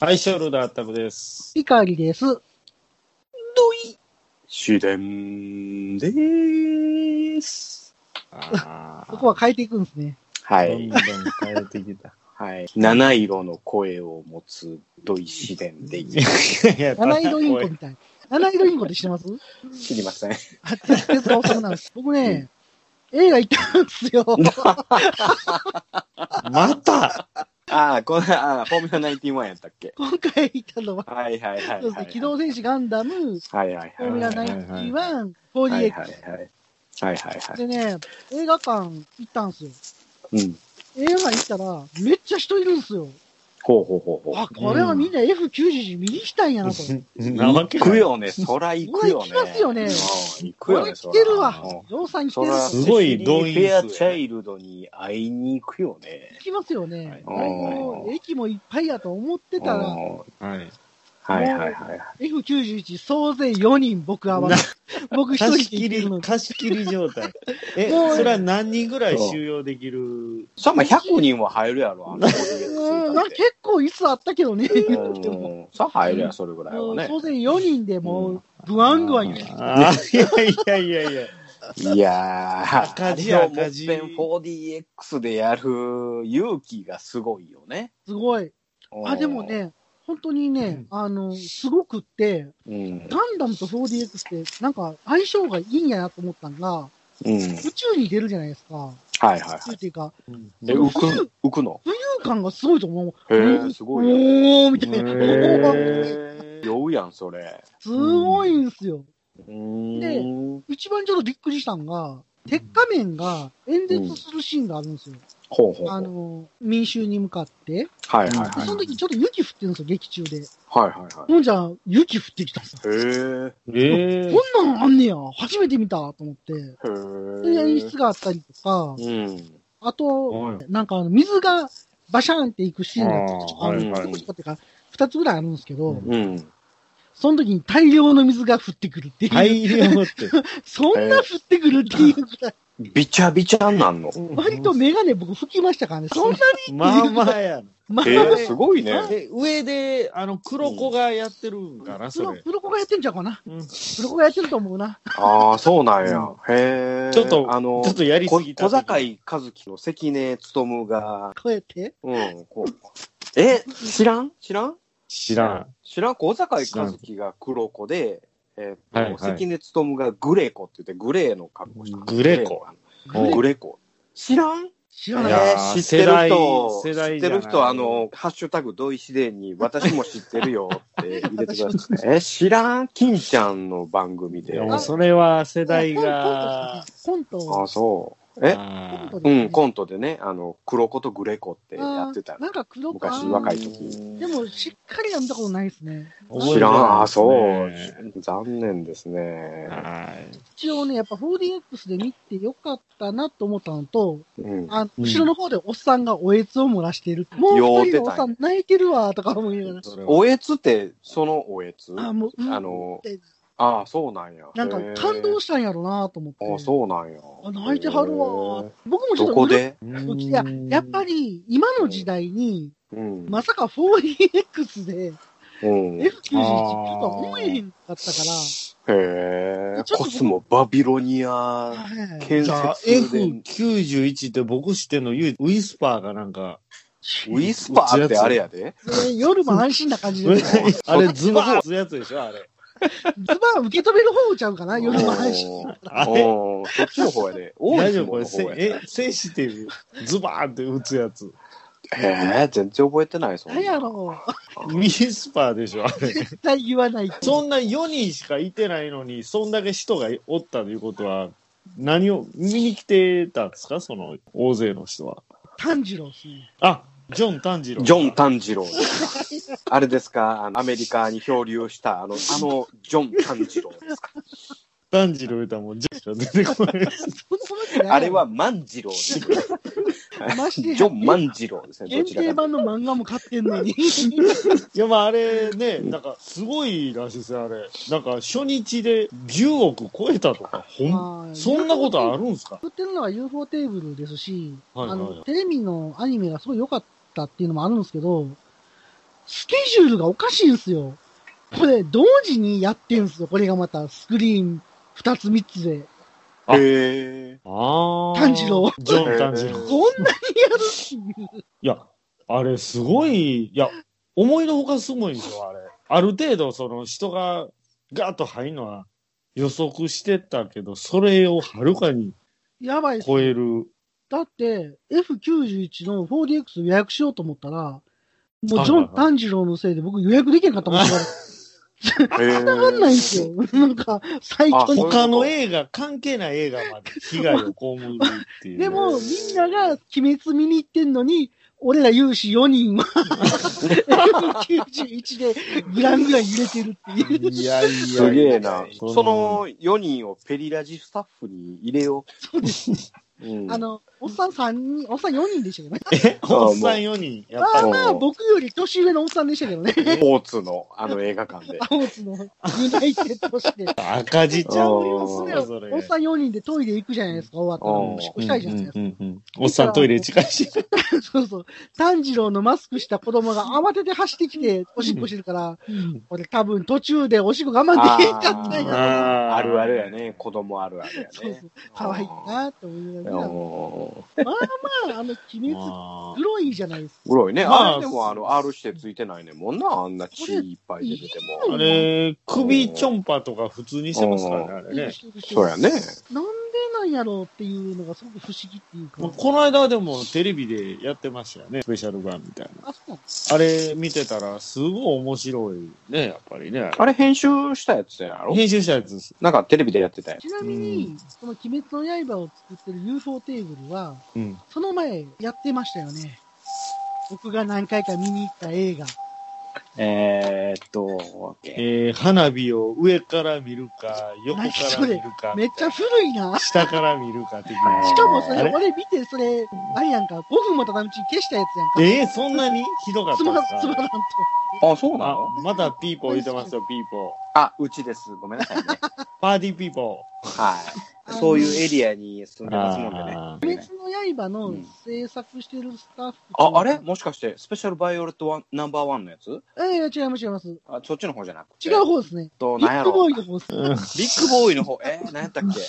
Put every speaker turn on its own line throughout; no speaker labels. はい、ショルダータブです。
ピカリです。どい
自然でーす。
あ
ここは変えていくんですね。
は
どん
い。
どん変えてきた。
はい。七色の声を持つ土井自然でいい。
いや
七色インコみたい。七色インコって知って ます
知りません。
あ、鉄鉄がおさむなんです。僕ね、映画行ったんですよ。
また
ああ、この、ああ、フォーミュラ91やったっけ。
今回行ったのは、
はいはいはい
そ
はい、
うですね、機動戦士ガンダム、フ
はいはい
ォーミュ
は
ラ
い。
91、
はいはい
4DX、
はい。はいはいはい。
でね、映画館行ったんですよ。
うん。
映画館行ったら、めっちゃ人いるんですよ。
ほうほうほうほう。
あ、これはみんな F90 見に来たんやなと。
なわけ
行
な
く
い。
よね、そら行くよね。
そら行きますよね
うん行く
こ
よ
れ
ね、
来てる
そ
わ
らうん。
ゾウさん来
そ
てる
ら、
わ。
すごい動員数
フェアチャイルドに会いに行くよね。
行きますよね。
はい
もう駅もいっぱいやと思ってた
う
ら、
ん
はい。
はいはいはい。
F91 総勢4人僕は
な
僕一人
貸
で
し
行っ
切
てるの
り、
に。
貸し切り状態。え、
もう
それは何人ぐらい収容できる
そらまあ100人は入るやろ、あの 4DX
うん、な
だっ
んか
て
結構いつあったけどね、言っ
う
てても。
んさあ入るやん、それぐらい
も
は
う
ね。
総勢4人でもう、ブワンブワン言って
あーいやいやいやいや。
いやー、
赤字
味を
赤字
もっぺん 4DX でやる勇気がすごいよね。
すごい。あ、でもね、本当にね、あの、すごくって、
うん、
ガンダムと 4DX って、なんか相性がいいんやなと思ったんが、
うん。
宇宙に出るじゃないですか。
はいはいは
宇宙
い。
っていうか、
え、浮く、浮くの
空間がすごいと思う。
へー、すごいね。
おーみたいな。お
へ
ー
酔うやん、それ。
すごいんすよ。
うーん。
一番ちょっとびっくりしたんが、鉄仮面が演説するシーンがあるんですよ。
ほうほうほ
あ
う。
の、民衆に向かって。
はいはいはい。
でその時ちょっと雪降ってるんですよ、劇中で。
はいはいは
ほんじゃ、雪降ってきたんですよ。
い。へえ。
えー。
こんなんあんねや。初めて見たと思って。
へ
そういう演
え。
出があったりとか、
うん。
あと、
はい
なんかあの水がバシャーンっていくシーンがちょっとある
あーはいはい
ちょっとしかっていうか、二つぐらいあるんですけど、
うん
うん。
その時に大量の水が降ってくるっていう。
大量って。
そんな降ってくるっていうぐらい。
びちゃびちゃになんの。
割とメガネ僕拭きましたからね。そんな
まあまあやな。
まあ、
へえ、すごいね。
え、上で、あの、黒子がやってるんかな、
プ
そ
ロ
れ。
プロコがやってんちゃうかな。
うん
プロコがやってると思うな。
ああ、そうなんや。へえ。
ちょっと
あの
ちょっとやりす
こ
ぎた。
小坂井和樹の関根勤が、
こうやって。
うん、こう。え、知らん知らん
知らん。
知らん小坂井和樹が黒子で、えっと、
はいはい
関根勤がグレコって言って、グレーの格好した。
グレコ
グレコ。グレコ。知らん
知
い
らない。
やー
えー知ってる人、
世代世代じ
知っ
ゃ
て
ない
る人、あの、ハッシュタグ、同意自然に、私も知ってるよって 入れてください。えー、知らん金ちゃんの番組
い
で
や。もうそれは世代が。
コントですね。
あ、そう。え
コン
あ
ト。コント
う
ですね
ん、コントでね、あの、黒子とグレコってやってた
あー。なんか黒か。
昔若い時
でも、しっかりは見たことないですね。
覚え
知
て
らん、
ない
あ
で
ー、
す
そう
ね。
残念ですね。
はい。
一応ね、やっぱ 4DX で見てよかったなと思ったのと、
うん。
あ
うん
後ろの方でおっさんがおえつを漏らしている。もう一人のおっさん泣いてるわ、とか思いながら。
それは
おえつって、そのおえつ
あー、もう、うん
あの
って
ああ、そうなんや。
なんか感動
し
したんやろうなと思って。
ああ、そうなんや。
あ泣いてはるわ
へ
ー
え。
僕もちょっ
ど
と
こ
うる
で
いや、やっぱり今の時代に、
うん。
まさか 4DX で
うん。
F91
へ
とは思えへんかったから、
え。
ちょっと
コスモバビロニア
はい
建
じゃあ
設で。
F91 って僕知ってんの唯一ウィスパーがなん か、
ウィスパーってあれやで。
で夜も安心な感じで、ズ
あれズバーつやつでしょあ れ。
バン受け止める方ちゃうかな、夜も安心。
おー
あれ
おーそっちの方や で。大
大丈
相
夫こ
撲
れ、
の方
せ
やで。
え、センシティブ、ズバーンって打つやつ。
ええ、全然覚えてない、そんな
何やろう
ウィスパーでしょあ れ。
絶対言わない。
そんな4人しかいてないのに、そんだけ人がおったということは、何を見に来てたんですかその大勢の人は。
炭治郎ですね。
あ、ジョン炭治郎。
ジョン 炭治郎ですか。あれですかあの、アメリカに漂流した、あの、あの、ジョン炭 治郎ですか。
炭治郎言うたらもうジョンしか出てこ ない。
そんなわけない
あれは、万次郎 です。
まし
ジ
てや
ョン万次郎ですね、ど
限
ちら
定
かという
版
と。
の漫画も買ってんのに。
いや、まあ、あれね、なんか、すごいらしいですよ、あれ。なんか、初日で10億超えたとか、ほん、
はい
そんなことあるんすか
作ってるのは UFO テーブルですし、
はいはいはい
あの、テレビのアニメがすごい良かったっていうのもあるんですけど、スケジュールがおかしいんすよ。これ、同時にやってんすよ。これがまた、スクリーン2つ3つ で。
あ
へえ。
ああ。
炭治郎。
ジョン炭治郎。
こんなにやるっていう。
いや、あれすごい、いや、思いのほかすごいんですよ、あれ。ある程度、その人がガーッと入るのは予測してたけど、それをはるかに
やばいっす
超える。
だって、F91 の 4DX 予約しようと思ったら、もう
はい
ジ
はい
ョ
はい
ン炭治郎のせいで僕予約できなかったもんだから。繋がんないんで すよ。なんか、最
あそういう
近
こと
他の映画、関係ない映画まで被害を被るって いう。
でも、みんなが鬼滅見に行ってんのに、俺ら有志4人は F91 でグランぐらい揺れてるっていう。
いやいやいや
すげえな。
こ
その4人をペリラジスタッフに入れよ
そうです。
う。うん
あ、の、おっさん3人、おっさん4人でしたけどね。
え、おっさん4人。やっぱ
まあ
り。
まあ、僕より年上のおっさんでしたけどね。
スポーツのあの映画館で。
青津のユナイテッドして。
赤字ちゃうよ、 それ
あ
ぞれ。
おっさん4人でトイレ行くじゃないですか、終わったら。
うん
おしっこしたいじゃないですか。
うんうんうんおっさんトイレ近いし。
そうそう。炭治郎のマスクした子供が慌てて走ってきて、おしっこしてるから、俺多分途中でおしっこ我慢できんかったんや。
あ
あるあるやね。子供あるあるやね。
そうそう。かわいいなって思いながら。ま
うん
あ、あの、鬼滅、
まあ
黒いじゃないですか。
グロいね。
まあ
あれでもあの R してついてないねんもんな。あんな血いっぱい出てて
こ
あ
も。
れ、首ちょんぱとか普通にしてますからね、あれね。
そうやね。
なんでなんやろうっていうのがすごく不思議っていう
もう
か。
この間でもテレビでやってましたよね、スペシャル版みたいな。
あそうなんです
あれ見てたら、すごい面白いね、やっぱりね。
あれ編集したやつやろ
編集したやつです。
なんかテレビでやってたやつ。
ちなみ
う
に
ん、
この鬼滅の刃を作ってる UFO テーブルは、
うん。
その前やってましたよね。僕が何回か見に行った映画。
えーっと、
えー、花火を上から見るか、横か
何
ら
そ
見
れ
るか、
めっちゃ古いな。
下から見るか的な。
しかもそ
あ
れ、
れ
俺見て、それ、あれやんか、5分もたたんうちに消したやつやんか。
えー、そんなにひどかった
つ
ん
ま
で
ら
す
ん、
か
つまらんと。
あ、そうな
あ
の、
まだピーポー言ってますよ、ピーポ
あ、うちです。ごめんなさい ね。
ー。パーティーピーポ
はい。 そういうエリアに住
ー。
んでますもんでね。
あー
鬼滅の刃の制作してるスタッフ。
あ、あれもしかして、スペシャルバイオレットワンナンバーワンのやつ
ええ、違います、違います。
あ、そっちの方じゃなくて。
違う。方ですね。
と、
ビ
なん
ッ
や
グ
ろ
ボー
ビ
イの方です。
ッグボーイの方。えー、なんやったっけ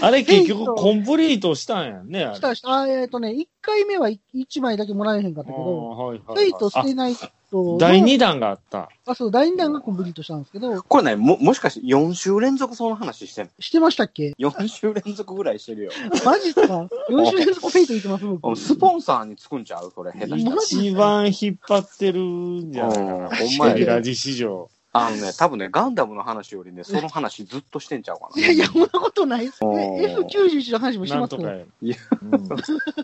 あれ結局コンプリートしたんやんね、あれ。
したした、あえっ、とね、1回目は1枚だけもらえへんかったけど、
はい
フェイト捨てないと、
第2弾があった。
あ、そう、第2弾がコンプリートしたんですけど、
これね、も、もしかして4週連続その話してんの
してましたっ け
?4 週連続ぐらいしてるよ。
マジっすか ?4 週連続フェイト行ってます、僕。
スポンサーにつくんちゃうそれ、下手したら。
一番引っ張ってるんじゃないか
うん
な。
ほんま
マ
や
ジ
ね
ラジ史上。
あのね、多分ね、ガンダムの話よりね、その話ずっとしてんちゃうか
い
な。
やいや、そんなことないっすね。
おー
F91 の話もして
な
ま
んと
すけど
か。や。
いや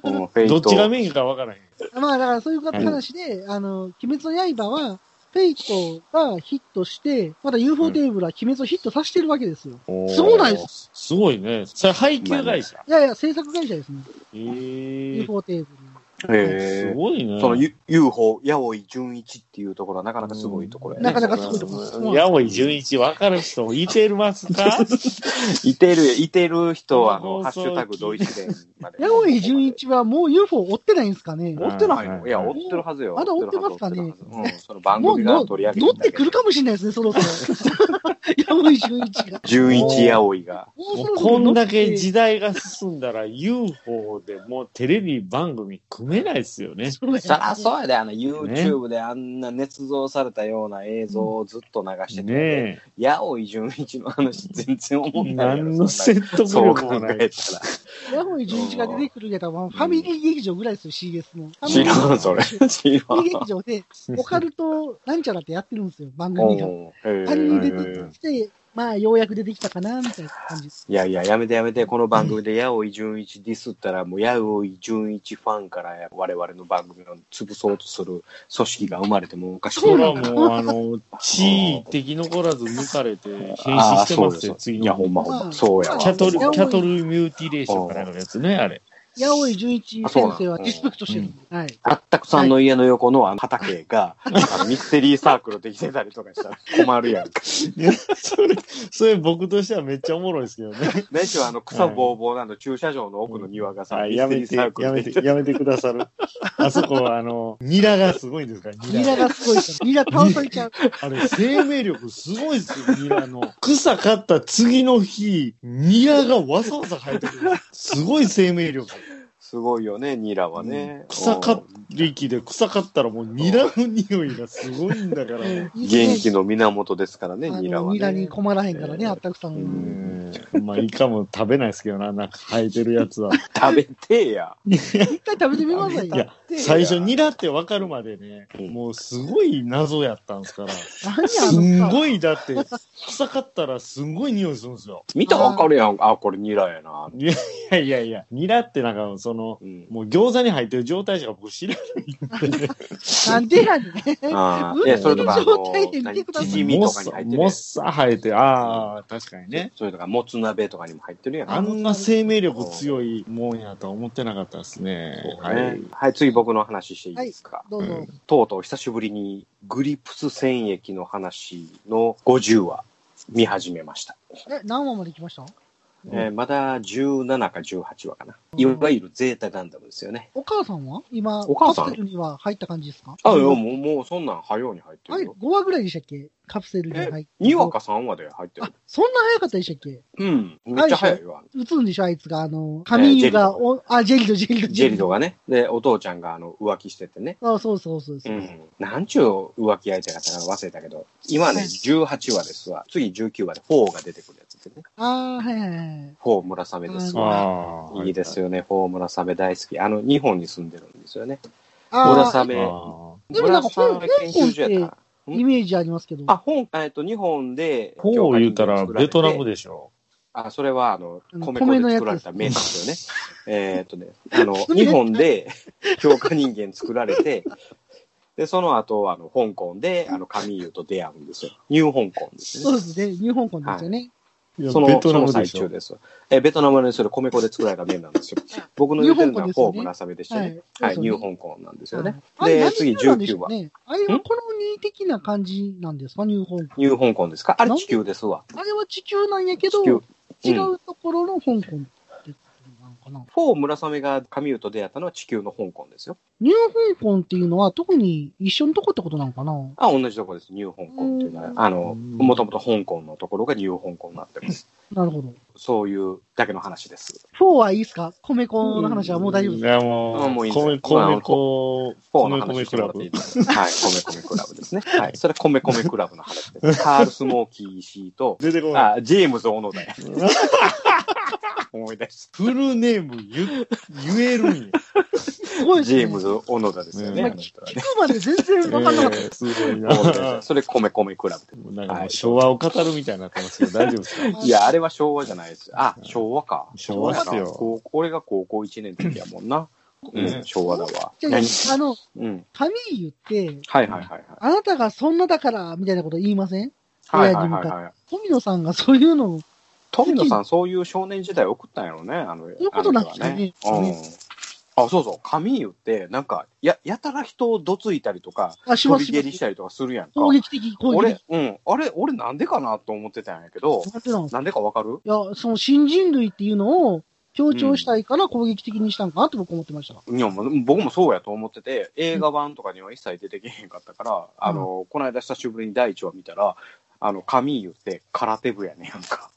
うん
うんフェイ
どっ
ト。
ちがメインかわからへん。。
まあだからそういう話で、あの、鬼滅の刃は、フェイトがヒットして、まだ UFO テーブルは鬼滅をヒットさせてるわけですよ。すごないです
すごいね。それ配給会社。
いやいや、制作会社ですね。
えー
UFO テーブ
へ
す
ー
ごいね。
その U- UFO、八尾井純一っていうところはなかなかすごいところやね。
なかなかすごいとこです
うん八尾純一、わかる人いてますか
いてる、いてる人は、あの、ハ
放
ッシ
送
ュタグ同一連まで。
ル。八尾純一はもう UFO 追ってないんですかね
うん
追ってない
はいは
の
い
いや、追ってるはずよ。
まだ追って
るはず
ますかね
追ってるはずうん、その番
もう
組が
の
取り上げ
乗ってくるかもしれないですね、そろそろ。 八尾純一が。
純一八尾井が。
も
も
うそうろそ
こ
ろ
ん
乗っ
だ
て
け時代が進んだら UFO でもうテレビ番組組めないですよね。
そうや
そらそうやで、あの、YouTube であんな捏造されたような映像をずっと流してて、
ね
八尾井純一の話全然思
え。
んないやろ。
何の
そんな
説得
そう
力
考
もな
え
い。
たら。
八尾純一が出てくるやったら、ファミリー劇場ぐらいですよ、CS の。
知らん、それ。
フ
知
ァ
らん。
ミリー 劇場で、オカルトなんちゃらってやってるんですよ、番組が。
うん
あれに出
へー
てきて、まあ、ようやく出てきたかな、みたいな感じです。
いやいや、やめてやめて、この番組で八尾井純一ディスったら、もう八尾井純一ファンから我々の番組を潰そうとする組織が生まれてもおかしく
そ
ない。
らもう、あの、地位的残らず抜かれて、変死
ああ
して
そ
ま
う
す
です
よ、次
いや、
の。
ほんまほんま。そうやわ
キャトル、
いや
キャトルミューティレーションかなんかのやつね、あれ。
八尾井純一先生はリスペクトしてるんで、はい。
あったくさんの家の横のあの畑が、あのミステリーサークルできてたりとかしたら困るやんか。
いや それ、それ僕としてはめっちゃおもろいですけどね。
ないしはあの草ぼうぼうなの駐車場の奥の庭がさ、
はい、
ミ
や
ステ
め
リー
て、
サ
や
ークル
め
できて
て、やめてくださ る。あそこは、あの、ニラがすごいんですから、ニラ。
ニラがすごいから、ニラ倒されちゃう。
あれ、生命力すごいですよ、ニラの。草刈った次の日、ニラがわさわさ生えてくる。すごい生命力。
すごいよね、ニラはね。
草刈
うん
り機で草刈ったらもうニラの匂いがすごいんだから。もう
元気の源ですからね、
あ
ニラ
の
はね。
ニラに困らへんからね、あったくさん
う
う
は。
んまあ、イカも食べないですけどな、なんか生えてるやつは。
食べてや。
一回食べてみなさい
いや
よ。、
最初ニラってわかるまでね
う、ん
もうすごい謎やったんですから。す
何
ん
や、あの
ごい、だって、臭かったらすんごい匂いするんですよ。
見たらわかるやん。あ、これニラやな。
いやいやいやいや、ニラってなんか、その、
うん
もう餃子に入ってる状態しか僕知らないんで、
さなんでやねん。
ああ、
うん
いや、それとか、あ
その状態
の
で、見て
何
ください
チヂミ
も
と
っ
かに
さ
入ってる
も
や
っ
ん。
さ生えて、ああ、確かにね。
それとか、もつ鍋とかにも入ってるやん。
あんな生命力強いもんやとは思ってなかったですね。
そう
は
ね
い。
はい、次僕の話していいですか。
どうぞ。
とうとう久しぶりにグリプス戦役の話の50話見始めました。
え、何話まで来ました
うん
えーまだ17か18話かな。いわゆるゼータガンダムですよね。
お母さんは今、
お母さん
カプセルには入った感じですか
あ、いや、もう、
う。
もうそんなん早うに入って
あれ、
る
5
よ。
話ぐらいでしたっけカプセルに入って。
2話か3話で入って
あ
る。、
そんな早かったでしたっけ
うん。めっちゃ早いわ。
打つんでしょあいつが、あの、髪湯が、
えージェリド
おあ、ジェリド、ジェリド、
ジェリドがね。で、お父ちゃんがあの浮気しててね。
あ、そうそうそうそうう。
ん。なんちゅう浮気相手がったか忘れたけど。今ね、
はい
18話ですわ。次19話で4が出てくるやつですね。
あー、はいはいはい。
4村雨です
あ
わ。
ああ。
いいですよね、フォームラサメ大好き。あの、日本に住んでるんですよね。村
あ
あ
雨、
ー。
でもなんか
村雨研究所やった
香港
な。
ー、イメージありますけど。
あ、本、えっと、日本で、
こう言うたら、ベトナム
で。
でしょ。
あ、それは、あの、
うん米
米粉
の
で
やつ
作られた麺ですよね。えーっとね、 あの、
それ
日本で、強化人間作られて、で、その後、あの、香港で、あの、カミーユと出会うんですよ。ニュー香港です
そう
ね。
ですね。ニューホンコンですよね。
いや
そ
ベ
の、
ト
そ
ナ
の
ムで
最
しょ
中。です。え、ベトナムのそれ、米粉で作られた麺なん ですよ。僕の言ってるのは、
ニュー香港ですよ
フォ
ね
ームラサメでした
は
ね
い。。
はい、ニュー
ン
香港なんですよね。。
あれ
で
何
次
色なんでしょう
19話
ね。あれはこの2的な感じなんですかニューホンコ
ニュー香港ですかあれ
なん
地球ですわ。
ン。あれは地球なんやけど、
地
違う
球。うん
ところの香港ってことなのかな。
フォー村雨がカミューと出会ったのは地球の香港ですよ。
ニュー香港っていうのは特に一緒のとこってことなのかな
あ、同じとこです。ニュー香港っていうのは
う、ん
あの、
うん
もともと香港のところがニュー香港になってます。
なるほど。
そういうだけの話です。
4はいいですか米粉の話はもう大丈夫
い
です。
や、も
あ
う、
もういいです
米、米粉、
フォーの
米米
話して
クラ
もらってい
ブ
い。ですかはい、コメコメクラブ ですね。はい、それコメコメクラブの話です。カール・スモーキー石井と、
出てこない。
あ、ジェームズ・オノダや。思い出し
フルネーム言、言えるんや。
すごい
た。
です
ジ
ね。
ェームズ・オノダですよね。
うん
あの人はね
聞くまで全然わかんなかった。
えーすご い
思い出した
な。
それコメコメクラブです。
なんかもう昭和を語るみたいになってますけど、大丈夫ですか
いや、あれは昭和じゃないです。あ、昭和か。
昭和っすよ
こう俺が高校1年の時やもんな。うん、昭和だわ。
じゃあ
何
あの、
うん。
神言って、
はいはいはい
あなたがそんなだから、みたいなこと言いません
はい。はいはいはいはい。
富野さんがそういうのを、
富野さん、そういう少年時代送ったんやろうね、あの、そう
いうことなんですかね
うん。あ、そうそう、神湯って、なんか、や、やたら人をどついたりとか、
あ、し
飛
ます
び
し
蹴
ます
りしたりとかするやんか。
攻撃的、攻撃
俺
的。、
うん、あれ、俺なんでかなと思ってたんやけど、
なんてなのい
なんでかわかる
や、その新人類っていうのを強調したいから攻撃的にしたんかなって僕思ってました。
いや、もう僕もそうやと思ってて、映画版とかには一切出てけへんかったから、あの、この間久しぶりに第一話見たら、あの、神湯って空手部やねんやんか。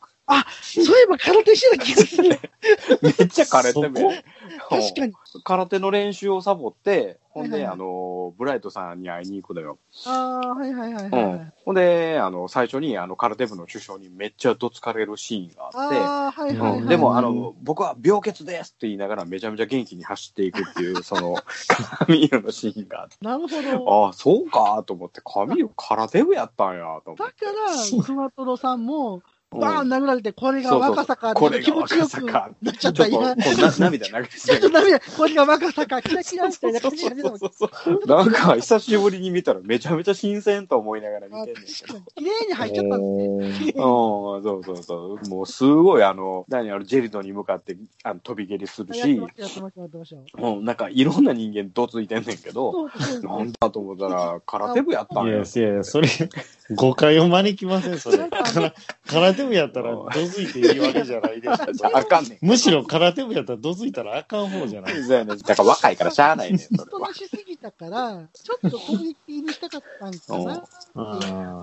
そういえば空手してた気がす る。
めっちゃ空手部やねん。
確かに。
うん空手の練習をサボって、ほん
はい
で、
はいはい
あの、ブライトさんに会いに行くのよ。
ああ、はいはいはいは
う
い。
ん。ほんで、あの、最初に、あの、空手部の首相にめっちゃどつかれるシーンがあって、
ああ、はいはいはい。
うん、でも、あ
う
の、僕は病欠ですって言いながらめちゃめちゃ元気に走っていくっていう、その、 神湯のシーンがあって
なるほど。
ああ、そうかと思って、髪を空手部やったんやと思
だ
っ
か
て。
ら、クワトロさんも、バーン殴られて、これが
そうそう
若さかって
これ
気
が
持ちよ
若
く
さ
な
か。
っちゃっ
ち
た、
ょっと、こ
今。
うな涙流し
ちょっ
て
とダメだ。これが若さか、キラキラみたいな感じになってたもん。
そうそうそうなんか、久しぶりに見たらめちゃめちゃ新鮮と思いながら見
あ
てん ねんけ
確か。
ど
に綺麗に入っちゃったんですね。
うん、そうそうそう。もうすごい、あの、何あの、ジェルドに向かって、あの、飛び蹴りする
やって
し
まし、た、やってました、やってましたよ。
もうなんか、いろんな人間どついてんねんけど、
そうそう そう
なんだと思ったら、空手部やったん
い
や
や。いやいや、それ、誤解を招きません、それ
なん。か
から空手部やったら、どづいていいわけじゃないですか。
あかんねん。
むしろ空手部やったら、どづいたらあかん方じゃない。
そうやねんだから若いからしゃあないねん、そ
おと
れは
な。しすぎたから、ちょっと攻撃にしたかったんかな。
あ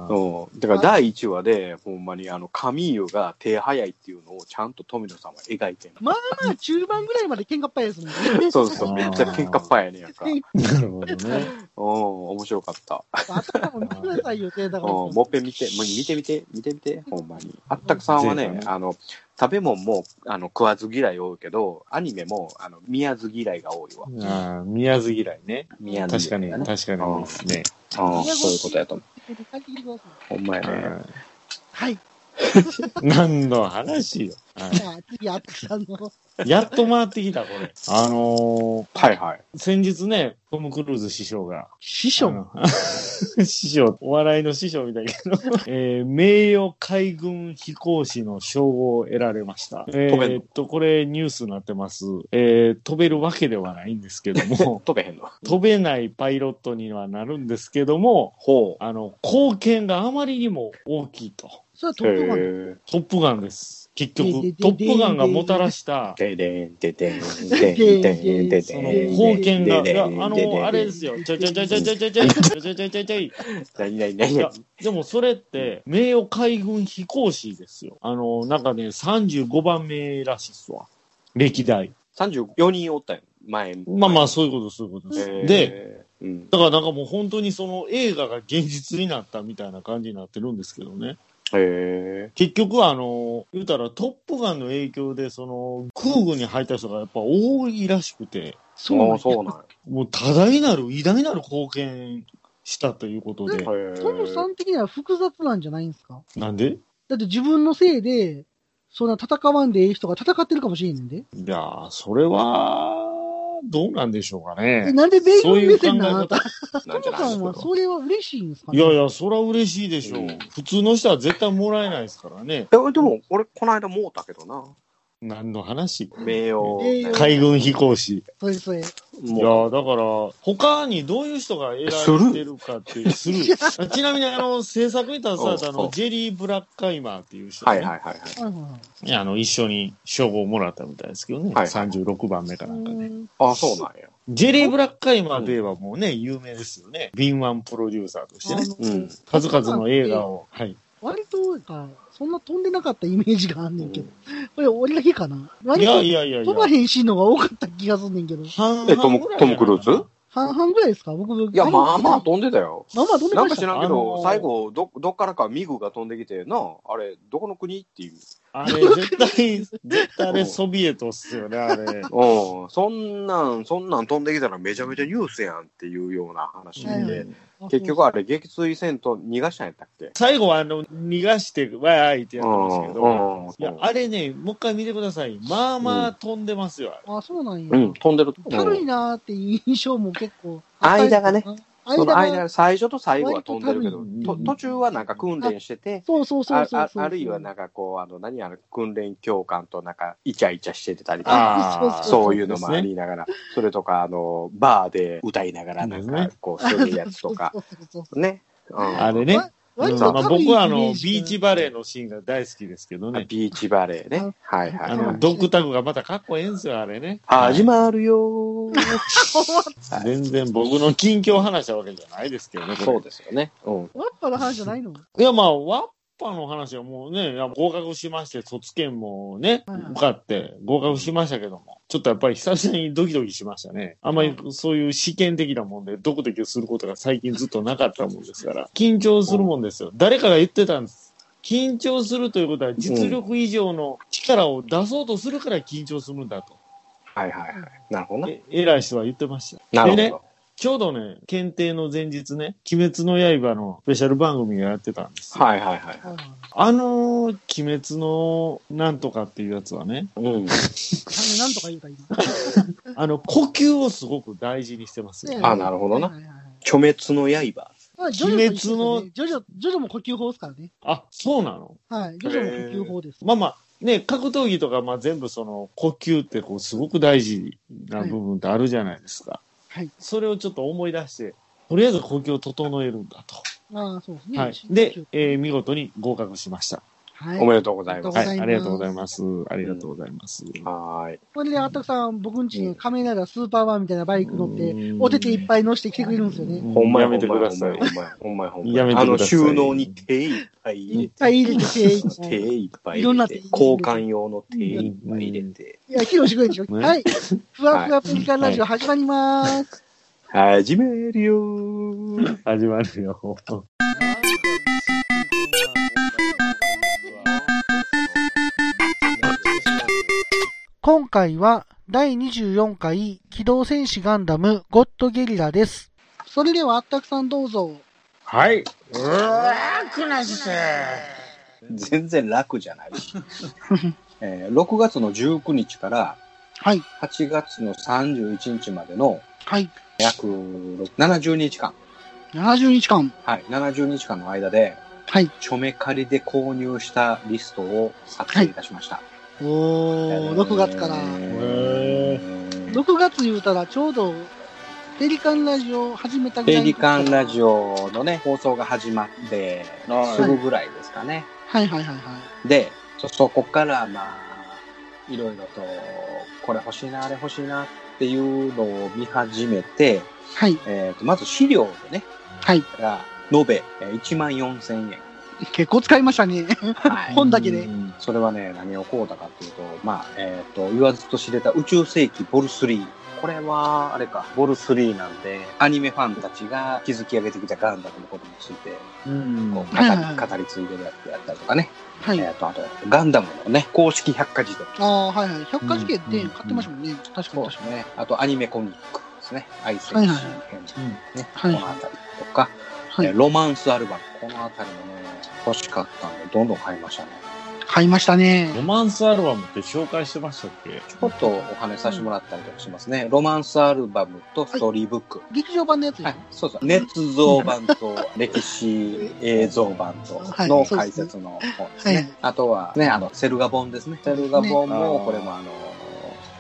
ー
うん。だから第1話で、ほんまに、あの、カミーユが手早いっていうのをちゃんと富野さんは描いてん
まあまあ、中盤ぐらいまで喧嘩っぱいですもんね。
の。 そうそう、
あー
めっちゃ喧嘩っぱいやねんやんか。うん、
なるほどね。
面白かった。
頭も見てくださいよ、手だ
うん、
から。
もっぺん見て、もう見て見て、見て見て、ほんまに。あったくさんは
ぜひね、
ねあの、食べ物も、あの、食わず嫌い多いけど、アニメも、あの、見やず嫌いが多いわ。
あー宮津嫌いね。
見やず
確かに、
嫌い
確
ね
かにそうですね。
うん、そういうことやと思。
帰ってきてくださいう
ほんまやね。
はい。
何の話よ。は
じゃあ、次、アックさんの。
いやっと回ってきた、これ。あの
はいはい。
ー、先日ね、トム・クルーズ師匠が、
師
あ
匠。
の師匠、お笑いの師匠みたいだけど、えー名誉海軍飛行士の称号を得られました。え
べんの
ーっと、これニュースになってます。えー飛べるわけではないんですけども、
飛べへんの。
飛べないパイロットにはなるんですけども、
ほう。
あの、貢献があまりにも大きいと。
それはト
へ
ップマン。
ー。
トップガンです。結局
でで、
ト
で
ップガンがもたらした、
ででんででん
そ
で
の
で
貢献が、い
で
や、
で
あ
ん
の、あれですよ、ちょいちょいちょいちょいちょいちょいちょいちょいちょいちょいちょい
何何
い
何
や
々、
でもそれって、名誉海軍飛行士ですよ。あの、なんかね、35番目らしいっすわ。歴代。
34人おったよ前
まあまあ、
う
そういうこと、そういうことです。で、
で、うん、
だからなんかもう本当にその映画が現実になったみたいな感じになってるんですけどね。
へ
結局はあの、言うたらトップガンの影響で、その、空軍に入った人がやっぱ多いらしくて、
え
そうなん
も
や
うそうなん
もう多大なる、偉大なる貢献したということで
や。へえ
トムさん的には複雑なんじゃないんですか
なんで
だって自分のせいで、そんな戦わんでええ人が戦ってるかもしれんねんで。
いやー、それは、どうなんでしょうかね
え。なんで米
そう
軍
いう
目
考え
線なのあな
方
た。。
なんじ
トム
ゃな
さ
い
ん
の
はそれは嬉しいんですか
い
ね
やいや、そら嬉しいでしょう。
うん
普通の人は絶対もらえないですからね。
えでも俺この間もうたけどな
何の話
名
名誉
誉
海軍飛行士。
それそれ。
いや
も
ー、だから、他にどういう人が選ばれてるかって、する。あ ちなみに、あの、制作に携わったあ
おうお
の、
う
ジェリー・ブラッカイマーっていう人、
うは
ね
いはいはいはい
はいはいはい
あの、一緒に称号をもらったみたいですけどね。
はい
36番目かなんかで、
うん
あそうなんや
ジェリー・ブラッカイマーといえばもうね、有名ですよね。敏腕プロデューサーとしてね。
あの
うん
数々の映画を。はい。
割とか、そんな飛んでなかったイメージがあんねんけど。これ俺だけかな割
い
と
やいやいやいや
飛。ばへんシーンの方が多かった気がすんねんけど。
半
えト
々
ム
ぐらい
トムクルーズ
じゃないかない
半々ぐらいですか僕、
いやまあまあ。飛んでたよ
まあまあ飛んで
な
ま
んか
し
知
た。
らんけ
あの
ど
ー
最後どどっからかミグが飛んできてなああれどこの国っていう
あれ、絶対、絶対あれ、ソビエトっすよね、あれ。
うんそんなんそんなん飛んできたらめちゃめちゃニュースやんっていうような話
はいは
で
い
結局あれ撃墜戦と逃がしたんやったっけ
最後は、あの、逃がして、わーいってやってますけど、いや、あ
れ、
れね、もう一回見てください。まあまあ飛んでますよ、あれ
あ、そうなん
う
や
ん、。飛んでると
たるいなーっていう印象も結構。
間がね。そ
間
の
が。
間、最初と最後は飛んでるけ
割と
ど、
多
と
分
途中はなんか訓練してて、
そうそうそう
あ
そう
あ
そう。
あるいはなんかこう、あの、何あの、訓練教官となんかイチャイチャしてたりとか、
あー
そういうのもありながら、それとか、あの、バーで歌いながらなんかこう、するやつとか、
そうそうそうそう。
ね。うん
あれね。
割
ま
と
あ、
軽い
僕
イメージ
はあの、ビーチバレーのシーンが大好きですけどね。
ビーチバレーね。はいはい
あ
は
の、
い。
ドッグタグがまたかっこええんすよ、あれね。
始まるよー
はい全然僕の近況を話したわけじゃないですけどね、これ
そうですよね。うん。
ワッパの話じゃないの
いや、まあ、ワッパの話はもうね、いや合格しまして、卒検もね、
はいはい
受かって合格しましたけども、ちょっとやっぱり久々にドキドキしましたね。あんまりそういう試験的なもんで、ドキドキすることが最近ずっとなかったもんですから、緊張するもんですよ。誰かが言ってたんです。緊張するということは、実力以上の力を出そうとするから緊張するんだと。
はいはいはい。なるほどな。
え偉い人は言ってました。
なる
でね
ほど。
ちょうどね、検定の前日ね、鬼滅の刃のスペシャル番組がやってたんですよ。
はいはいはい。
はいはい
あの、鬼滅のなんとかっていうやつはね、
うん。
あのなんとか言うた、今。
あの、呼吸をすごく大事にしてますよ、
ね
ね。
あ、なるほどな。
はいはいはい
虚滅の刃。
まあ、ジョジョと
鬼滅
一緒ですねジョジョ、ジョジョも呼吸法ですからね。
あ、そうなの
はい。ジョジョも呼吸法です。
まあまあ、ね、格闘技とか、まあ全部その、呼吸ってこう、すごく大事な部分ってあるじゃないですか。
はい。
それをちょっと思い出して、とりあえず呼吸を整えるんだと。
まあ、そうですね。
はい
深。呼
で
吸、
えー見事に合格しました。
はい
お。めでとうござい
お
ます。
は
め
い。
で
ありがと
と
うご
う
ざ
ござ
い
い
ます。ありがとうございます。
はーい。
これで、あったくさん、僕んちに仮面ライダースーパーマンみたいなバイク乗って、
うん
お手手いっぱい乗して来てくれるんですよね。
うん
ほんま
やめてください
ほ。んまや、ほんまや、ほんま
やめて
あ
く
の、
ださい
収納に手いっぱい入
い
れ、
ってぱい入れてて、いっぱ
手
い。
いっぱい
いろん
入
な
れて、
手
交換用の手いっぱい入れて。
いや、披露してくれるでしょ。
ね
はい。ふわふわペリカンラジオ始まります。
始めるよー。
始まるよ。
今回は第24回機動戦士ガンダムゴッドゲリラです。それではあったくさんどうぞ。
はい。うわー、くなして。
全然楽じゃない。 えー6月の19日から
はい。
8月の31日までの
はい。
約6 70日間。
70日間。
はい、70日間の間で、
はい。
チョメカリで購入したリストを作成いたしました。
お
え
ー、
ー
6月から。
へ
6月言うたらちょうど、ペリカンラジオ始めたぐら
ペ
い。
リカンラジ
オ。
オのね、放送が始まって、
はい
すぐぐらいですかね。
はいはいはいはい。
で、そ、そこから、まあ、いろいろと、これ欲しいな、あれ欲しいなっていうのを見始めて、
はい。
えっ、と、まず資料でね、
はい。
が、延べ1万4000円。
結構使いましたね。
はい。
本だけで
うん
それはね、何をこうだかっていうと、まあ、えっ、と、言わずと知れた宇宙世紀ボル3。これは、あれか、ボル3なんで、アニメファンたちが築き上げてきたガンダムのことについて、
うん
こう語
はいはいは
り、語り継いでるやつやったりとかね。
はい。
えっ、と、あと、ガンダムのね、公式百科事典。
ああ、はいはい。百科事件って買ってましたもんね。確かに確かに。
ね。あと、アニメコミックですね。アイス
はい
編
は
ね
いは、
こ
はい
のあたりとか、
は
え
い
ー。ロマンスアルバム。このあたりもね、欲しかったんで、どんどん買いましたね。
買いました
ロ
ね。
マンスアルバムって紹介してましたっけ
ちょっとお話しさせてもらったりとかしますね。ロマンスアルバムとストーリーブック。
劇場版のやつで
は
す
い、そうそう。捏造版と歴史映像版と
はい
の解説の本ですね。
はい
あとは、ね、あの、セルガ本ですね。セルガ本も、
ね
これもあの、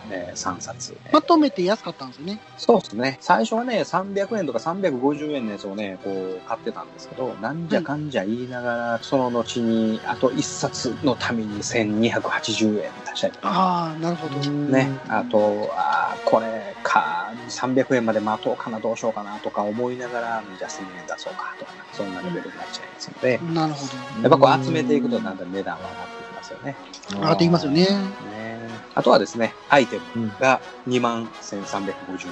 ね、3冊。
まとめて安かったんですよね。
そうですね。最初はね、300円とか350円のやつをね、こう、買ってたんですけど、なんじゃかんじゃ言いながら、その後に、あと1冊のために1280円足したりとか。
ああ、なるほど。
ね、あと、あーこれか、300円まで待とうかな、どうしようかなとか思いながら、じゃあ1000円出そうかとか、そんなレベルになっちゃいますので、
なるほ
やっぱこう集めていくと、だんだん値段は上がってきますよね。
ど。上がっていきますよね。
ねあとはですね、アイテムが2万1350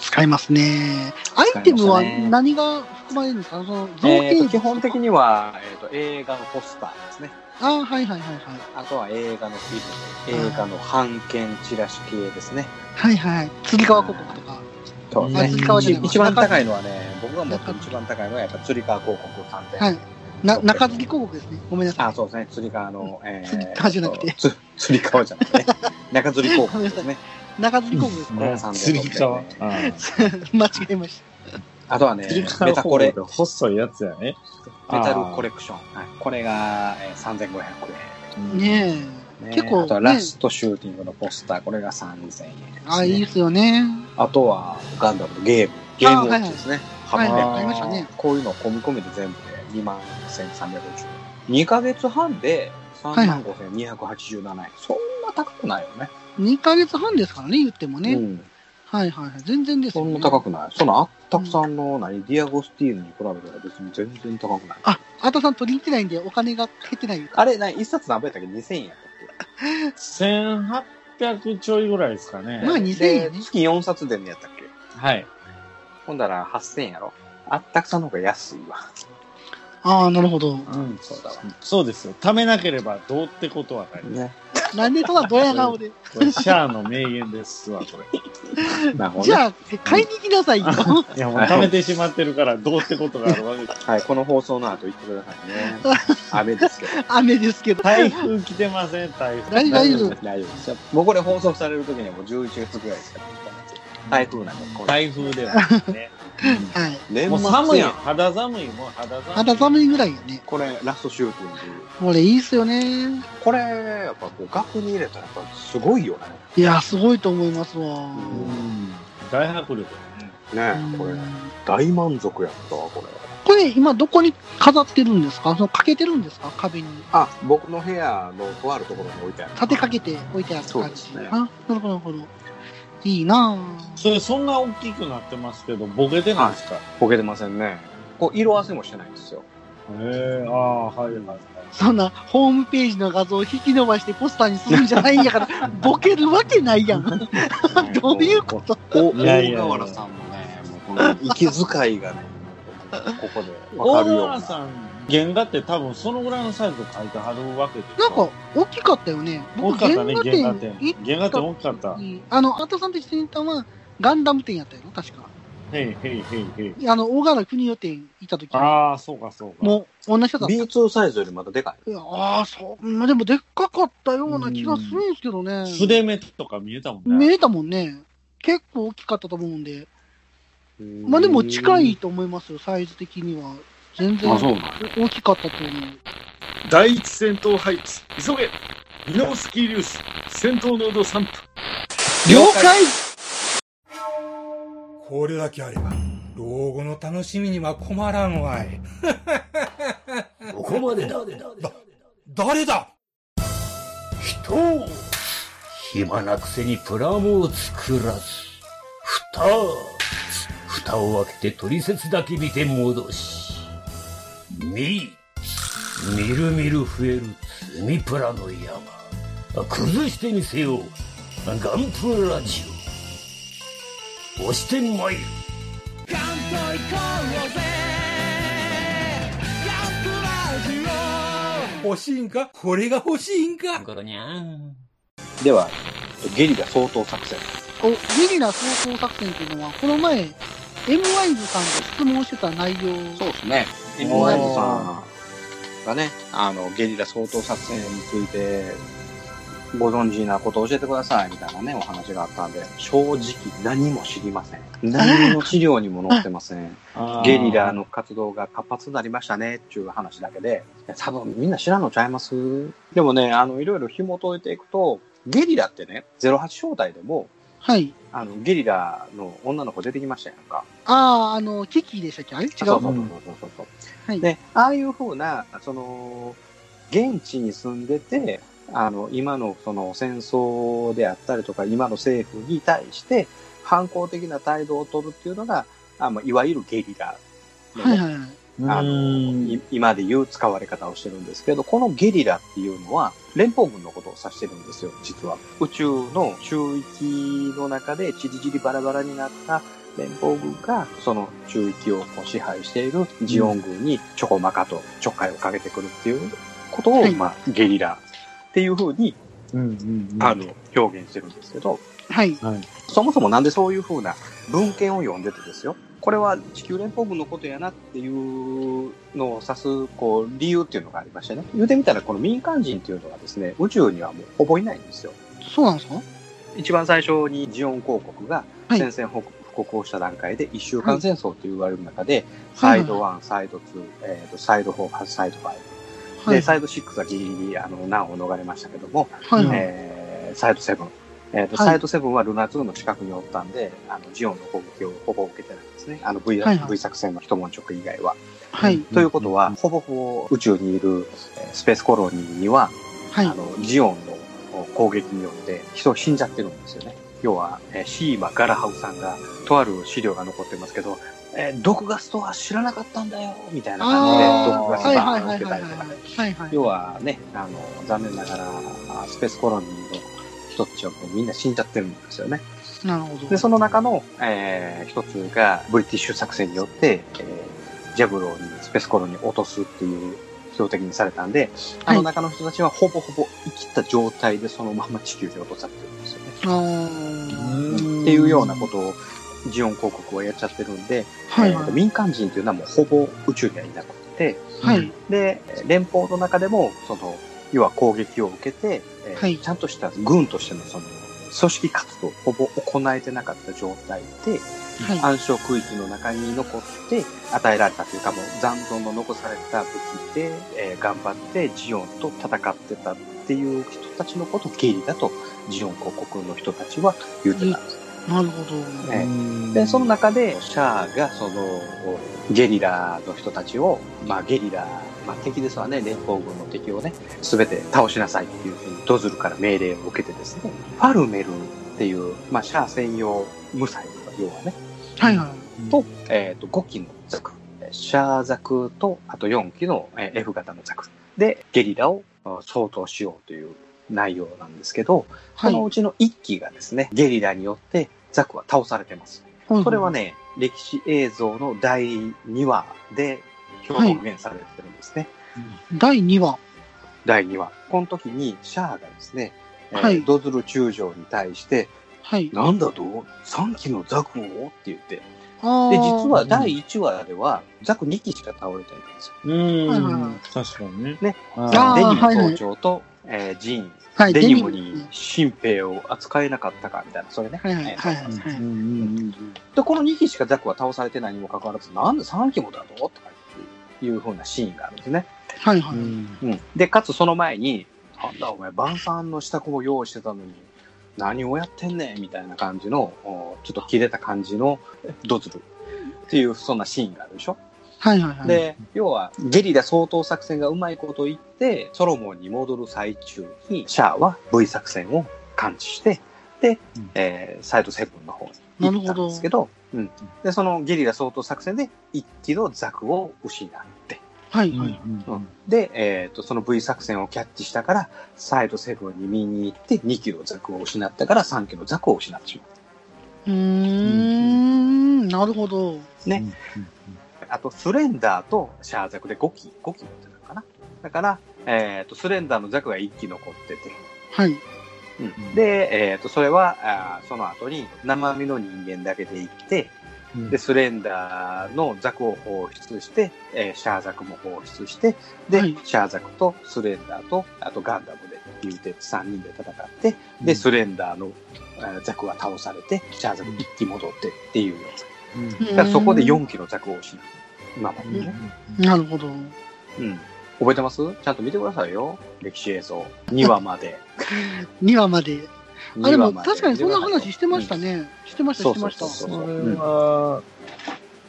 使いますね。アイテムは何が含まれるんですかその造
円。えー
形
と基本的には、えーと映画のポスターですね。
ああ、はいはいはいはい。
あとは映画のフィルム、映画の版権チラシ系ですね。
はいはい。つり革広告とか。。
そう
あ
です
つ
ね
り革じゃない
一番高いのはね、僕が持ってる一番高いのはやっぱ釣り革広告3点。
はい。な、中継ぎ広告ですね。ごめんなさい。
あ、そうですね。釣り革の、え
釣り革じゃなくて
つ 釣り革じゃなくて、ね、 中釣り広告ですね。
中継ぎ広告です
これが3
釣り革。
ね
あー
間違えまし
あとはね、
釣
メ
り革
タコレ、メ
細いやつやね。
タルコレクション。はい、これが、えー、3500
た。ね
円、
え。結構、
あとは
ね
ラストシューティングのポスター、これが3000円、
ああ、いいですよね。
あとは、ガンダムのゲーム。ゲームウォッチですね。
はいはい
800
はいあり
ましたね
こういうのを込み込みで全部で2万1350円。2ヶ月半で3
はいは
万
い
5287円。そんな高くないよね。
2ヶ月半ですからね、言ってもね。
うん。
はいはいはい。全然です
そ
よ、
ん
ね
な。高くない。そのあったくさんの何、ディアゴスティーヌに比べたら別に全然高くない。
あ、あたさん取りに行ってないんで、お金が減ってない。
あれ、な一冊何倍だったっけ ?2000 円やったっ
1800ちょいぐらいですかね。
まあ
け
2000円やね
で月4冊でんのやったっけ
はい。
ほんだら8000円やろあったくさんの方が安いわ。
ああ、なるほ
う
ど。
ん
そうだわ。
そうですよ。貯めなければどうってことはない。
ね。
なんでそんなドヤ顔 で。
これシャアの名言ですわ、これ。
なるほどね
じゃあ、買いに行きなさいよ。
いや、もう貯めてしまってるから、どうってことがあるわけです。
はい、この放送の後言ってくださいね。雨ですけど。
雨ですけど。
台風来てません、台風。
大丈夫。
大丈夫です。もうこれ放送される時にはもう11月ぐらいですから。台風なんで、これ。
台風ではないね。
はい。
年
もう
末
寒い、
やん
肌寒い、もう肌寒い。
肌寒いぐらいよね。
これ、ラストシューティング。
これいいっすよね。
これ、やっぱこう、額に入れたら、やっぱすごいよね。
いや、すごいと思いますわ。
うん大迫力。
ね
うん
これ、大満足やったわ、これ。
これ今どこに飾ってるんですかそのかけてるんですか壁に。
あ、僕の部屋のとあるところに置いてある。
立てかけて置いてある
そう
感
で
じ。
すね
あ、なるほど、なるほど。いいなぁ。
それ、そんな大きくなってますけど、ボケてないですか、
ボケてませんね。こう、色あせもしてないんですよ。
へえ、ああ、はいはいはい。
そんなホームページの画像を引き伸ばしてポスターにするんじゃないん やから、ボケるわけないやん。どういうこと
お
いやいやいや
大河原さんもね、もうこの息遣いがね、ここで わ
大
かるよう
原
な。
さん、原画って多分そのぐらいのサイズ書いてはるわけでし
なん
ょ
か大きかったよね。
大
僕、
きかった
原
ね、
画
原画
展
展
行。
原画展大きかった。
っ
へ
に、あの、あたさんと一緒に行ったのはガンダム展やったよな、確か。
いへいへいへい。
あの、大河原国予展行った時
ああ、そうかそうか。
もう同じ人だった。
B2 サイズよりまたでかい。
いやああ、そう、まあ、でもでっかかったような気がするんですけどね。
筆目とか見えたもん
見
ね。
えたもんね。結構大きかったと思うんで。まあでも近いと思いますよ、サイズ的には。全然
あそう
大きかったと思う。
第一戦闘配置急げミノフスキー粒子戦闘濃度3分
了解
これだけあれば、老後の楽しみには困らんわい。
ここまでだ。
誰だ
人を暇なくせにプラモを作らず。蓋蓋を開けて取説だけ見て戻し。み、みるみる増える積みプラの山。崩してみせよう。ガンプラジオ。押してまいる。
欲しいんかこれが欲しいんか
では、ゲリラ相当作戦。
お、ゲリラ総合作戦っていうのは、この前、m ワイズさんが質問してた内容。
そうですね。
うん
モアイズさんがね、あの、ゲリラ相当作戦について、ご存知なことを教えてください、みたいなね、お話があったんで、正直何も知りません。何の資料にも載ってません。
あー
ゲリラ。の活動が活発になりましたねっていう話だけで、いや多分みんな知らんのちゃいますでもね、あの、いろいろ紐解いていくと、ゲリラってね、08招待でも、
はい。
あの、ゲリラの女の子出てきましたやんか。
ああ、あの、キキでしたっけあれ違
あそう
う。
そうそうそうそうそう。
はい
で、ああいうふうな、その、現地に住んでて、あの、今のその戦争であったりとか、今の政府に対して反抗的な態度を取るっていうのが、あまあいわゆるゲリラのね、
はいはいはい。
あ
う
の、
ーん
い今で言う使われ方をしてるんですけど、このゲリラっていうのは、連邦軍のことを指してるんですよ、実は。宇宙の中域の中で、ちりじりバラバラになった連邦軍が、その中域をこう支配しているジオン軍にちょこまかとちょっかいをかけてくるっていうことを、
はい
まあ、ゲリラっていうふうに、
うんうんうん
あの、表現してるんですけど、
はい。
そもそもなんでそういうふうな文献を読んでてですよ。これは地球連邦軍のことやなっていうのを指す、こう、理由っていうのがありましてね。言うてみたら、この民間人っていうのはですね、宇宙にはもうほぼいないんですよ。
そうなんですか
一番最初にジオン公国が
はい
宣戦布告をした段階で、一週間戦争と言われる中で、
は
サ
い
イド1、サイド2、えーとサイド4、サイド5。
はい。
で、サイド6はギリギリ、あの、難を逃れましたけども、
はいはい。
えーサイドセブン。えーと
はい
サイドセブンはルナ2の近くにおったんで、あのジオンの攻撃をほぼ受けてないんですね。あの V,、
はいはい
v 作戦の一文直以外は。
はい。
ということは、ほぼほぼ宇宙にいるえースペースコロニーには、
は
あ
い。
のジオンのお攻撃によって人死んじゃってるんですよね。要は、えーシーマ・ガラハウさんが、とある資料が残ってますけど、えー毒ガスとは知らなかったんだよ、みたいな感
ああ
じで、毒ガス
はいは
バ
い
ーン
は
受
い
け
は
た
い
りとかね。
はい。はい
要はね、あの、残念ながら、あスペースコロニーの人たちはもうみんな死んじゃってるんですよね。
なるほ
で、
ど。
その中の、えー一つが、ブリティッシュ作戦によって、えージャブローにスペースコロニーを落とすっていう、標的にされたんで、あの
はい
中の人たちはほぼほぼ生きた状態でそのまま地球で落とされてるんですよね。
あー
っていうようなことを、ジオン広告はやっちゃってるんで、
はい
えーと民間人というのはもうほぼ宇宙にはいなくて、
はい。
で、連邦の中でも、その、要は攻撃を受けて、えー
はい
ちゃんとした軍としてのその、組織活動をほぼ行えてなかった状態で、
はい。
暗証区域の中に残って与えられたというかもう残存の残された武器で、えー頑張ってジオンと戦ってたっていう人たちのことをゲリだとジオン広告の人たちは言ってたんです。
なるほど。
ええで、その中でシャアがそのゲリラの人たちを、まあゲリラ、まあ敵ですわね、連邦軍の敵をね、すべて倒しなさいっていうふうにドズルから命令を受けてですね、ファルメルっていう、まあシャア専用無才とか要はね、
はいは
と、えっ、と、5機のザク、えーシャーザクと、あと4機のえー F 型のザクで、ゲリラをあ相当しようという内容なんですけど、
い。
そ
はい。
のうちの1機がですね、ゲリラによってザクは倒されてま
は
す。
い
それは、ね、歴史映像の第2話で表現されてるんですね。
第2話。
第2話。この時にシャアがですね、えー
はい
ドズル中将に対して、
はい。
なんだと ?3 機のザクをって言って、
あ
で、実は
ん
第1話では、ザク2機しか倒れてないんですよ。
う
はいはいは
ん。確かにね。
ね
あー
あ
デニム
はいはい
総長と、えージーン、
はい
デニム
デニム
に新兵を扱えなかったかみたいな、それね。
はいはいはいは
え
いは
ーう
い。
んうんうん
ーで、この2機しかザクは倒されてないにもかかわらず、なんで3機もだぞとかいうふうなシーンがあるんですね。
はいは
う
い。
ん
うん。で、かつその前に、なんだお前、晩餐の支度も用意してたのに、何をやってんねんみたいな感じの、おちょっと切れた感じのドズルっていう、そんなシーンがあるでしょ
はいはいはい。
で、要は、ゲリラ掃討作戦がうまいこと言って、ソロモンに戻る最中に、シャアは V 作戦を感知して、で、
うん
えーサイドセブンの方に行ったんですけど、うん。で、そのゲリラ掃討作戦で、一機のザクを失って、
はい
うん
はい。
うん
で、えっ、と、その V 作戦をキャッチしたから、サイドセブンに見に行って、2キロザクを失ったから、3キロザクを失ってしま
う
う。
ーん、なるほど。
ねあと、スレンダーとシャアザクで5機、5機持ってたのかな。だから、えっ、と、スレンダーのザクが1機残ってて、
はい。
うんで、えっ、と、それは、あーその後に生身の人間だけで生きて、
うん
で、スレンダーのザクを放出して、えーシャアザクも放出して、で、
はい
シャアザクとスレンダーと、あとガンダムで言うて3人で戦って、で、スレンダーのえーザクが倒されて、シャアザク一気戻ってっていうよう
うん
うーん
な。だからそこで4機のザクを失う。今までにね。
なるほど。
うん。覚えてますちゃんと見てくださいよ。歴史映像。2話まで。
2話まで。あ、で
2話
も
ま
確かにそんな話してました
うん
ね。してました、
そ
して
うそ
ま
う
した
そう。そう
それは、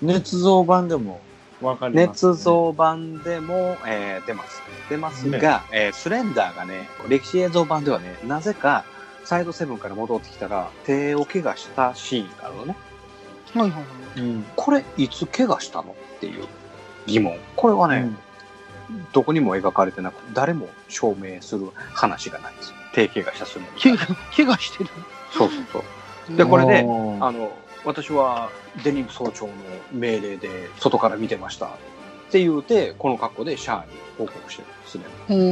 捏造版でもわかりますね。
熱造版でも、えー出ます。出ますが、えースレンダーがね、歴史映像版ではね、なぜか、サイドセブンから戻ってきたら、手を怪我したシーンがあるのね。
はいはいはい。
うん。
これ、いつ怪我したのっていう疑問。これはね、どこにも描かれてなく、誰も証明する話がないです。手怪我したスレンダ
怪
ー。
我、怪我してる。
そうそうそう。でこれで
で
あの、私はデニム総長の命令で外から見てました。って言うて、この格好でシャアに報告してるスレンダー。
うー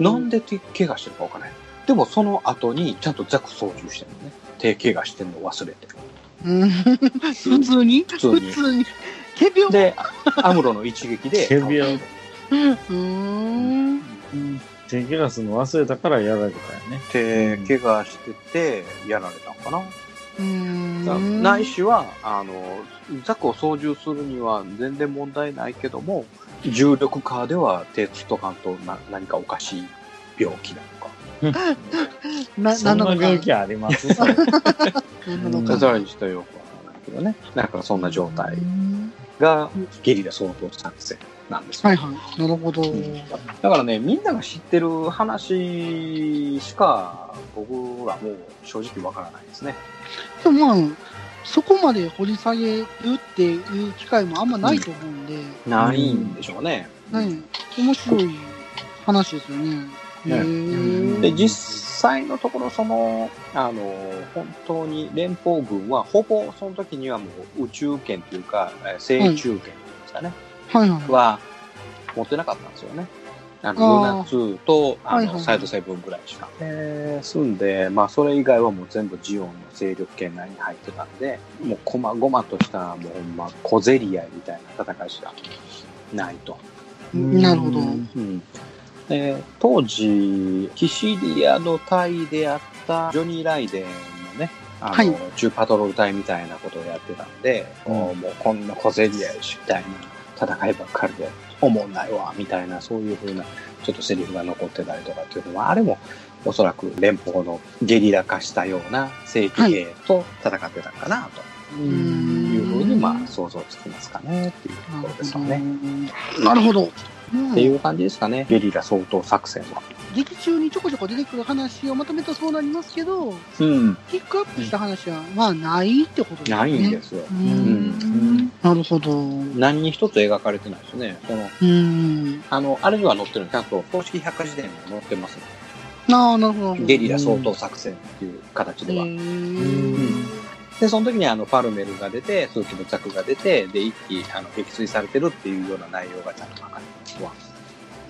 ん。
なんで手怪我してるかわからない。でもその後にちゃんとザク操縦してるのね。手怪我してるの忘れて。
うん 普通に普
通
通
に
に。ケビオ
で、アムロの一撃で。
手びょ
うーん。
うん手怪我するの忘れたからやられたよね。
手怪我してて、やられたのかな。
うーん。
ないしは、あの、ザクを操縦するには全然問題ないけども、重力カーでは手つとかんとな何かおかしい病気なのか。
な、
そ
なんん
な
なの
病
か。
気あります
なんなの
う
か
ん
それにしてよくわからないけどね。なんかそんな状態がゲリラ相当作戦なんですよ
はいはい。なるほど。
だからね、みんなが知ってる話しか、僕はもう正直わからないですね。
でもまあ、そこまで掘り下げるっていう機会もあんまないと思うんで、
ないんでしょうね。
ね、面白い話ですよね。へー
で、実際のところ、その、あの、本当に連邦軍は、ほぼその時にはもう宇宙圏というか、えー正中圏というんですかね、
はいはい。
は、持ってなかったんですよね。あ
あ
の、ルナ2と、あの、
はいはい
サイドセブンぐらいしか。えー、すんで、まあ、それ以外はもう全部ジオンの勢力圏内に入ってたんで、もう、こまごまとした、もうほんま、小競り合いみたいな戦いしかないと。
なるほど。
うんえー当時キシリアの隊であったジョニー・ライデンのねあの、
はい
中パトロール隊みたいなことをやってたんで、こうもうこんな小競り合いしみたいな戦いばっかりで思んないわみたいなそういう風なちょっとセリフが残ってたりとかっていうのはあれもおそらく連邦のゲリラ化したような正規兵と戦ってたんかなというふうにまあ想像つきますかねっていうところですかね。
なるほど。
っていう感じですかね、ゲリラ相当作戦は。
劇中にちょこちょこ出てくる話をまとめたそうなりますけど、
うん、
ピックアップした話は、まあ、ないってことですね。。
ないんですすよ。
うん。なるほど。う
何に一つ描かれてないですね。その、
ん。
あの、あれには載ってるんですちゃんと公式百科事典にも載ってます、
ああ、なるほど。
ゲリラ相当作戦っていう形では。
へー
で、その時にあの、パルメルが出て、数奇の策が出て、で、一気、あの、撃墜されてるっていうような内容がちゃんと書かれてますわ。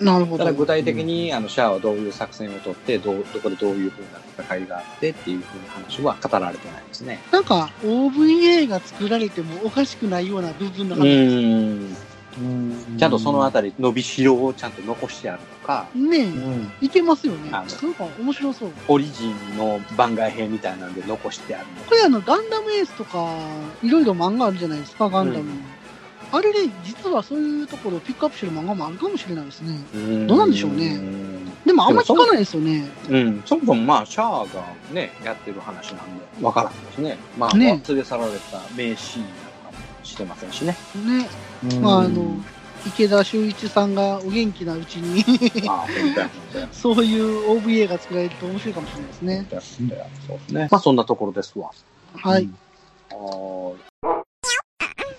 なるほ
ただ具
ど。
体的に、あの、シャアはどういう作戦を取って、どう、どこでどういう風な戦いがあってっていう風な話は語られてないですね。
なんか、OVA が作られてもおかしくないような部分の話。
ん。ちゃんとそのあたり、伸びしろをちゃんと残してあるとか、
ね
う
え、
ん。
いけますよね。な
あ
ん
の
か面白そう。
オリジンの番外編みたいなんで残してあるの
これあの、ガンダムエースとか、いろいろ漫画あるじゃないですか、ガンダム。
うん
あれで、実はそういうところをピックアップしてる漫画もあるかもしれないですね。
うん
どうなんでしょうねでもあんま聞かないですよね。
うん、そもそもまあ、シャアがね、やってる話なんで、わからんですね。まあ、
ね
忘れ去られた名シーンなのかもしれませんしね。
ね。まああの、池田修一さんがお元気なうちに、
まあ、本当や、本当や。
そういう OVA が作られると面白いかもしれないです
本
ね。
当や 本当やそうですね。まあ、そんなところですわ。
はい。
はーい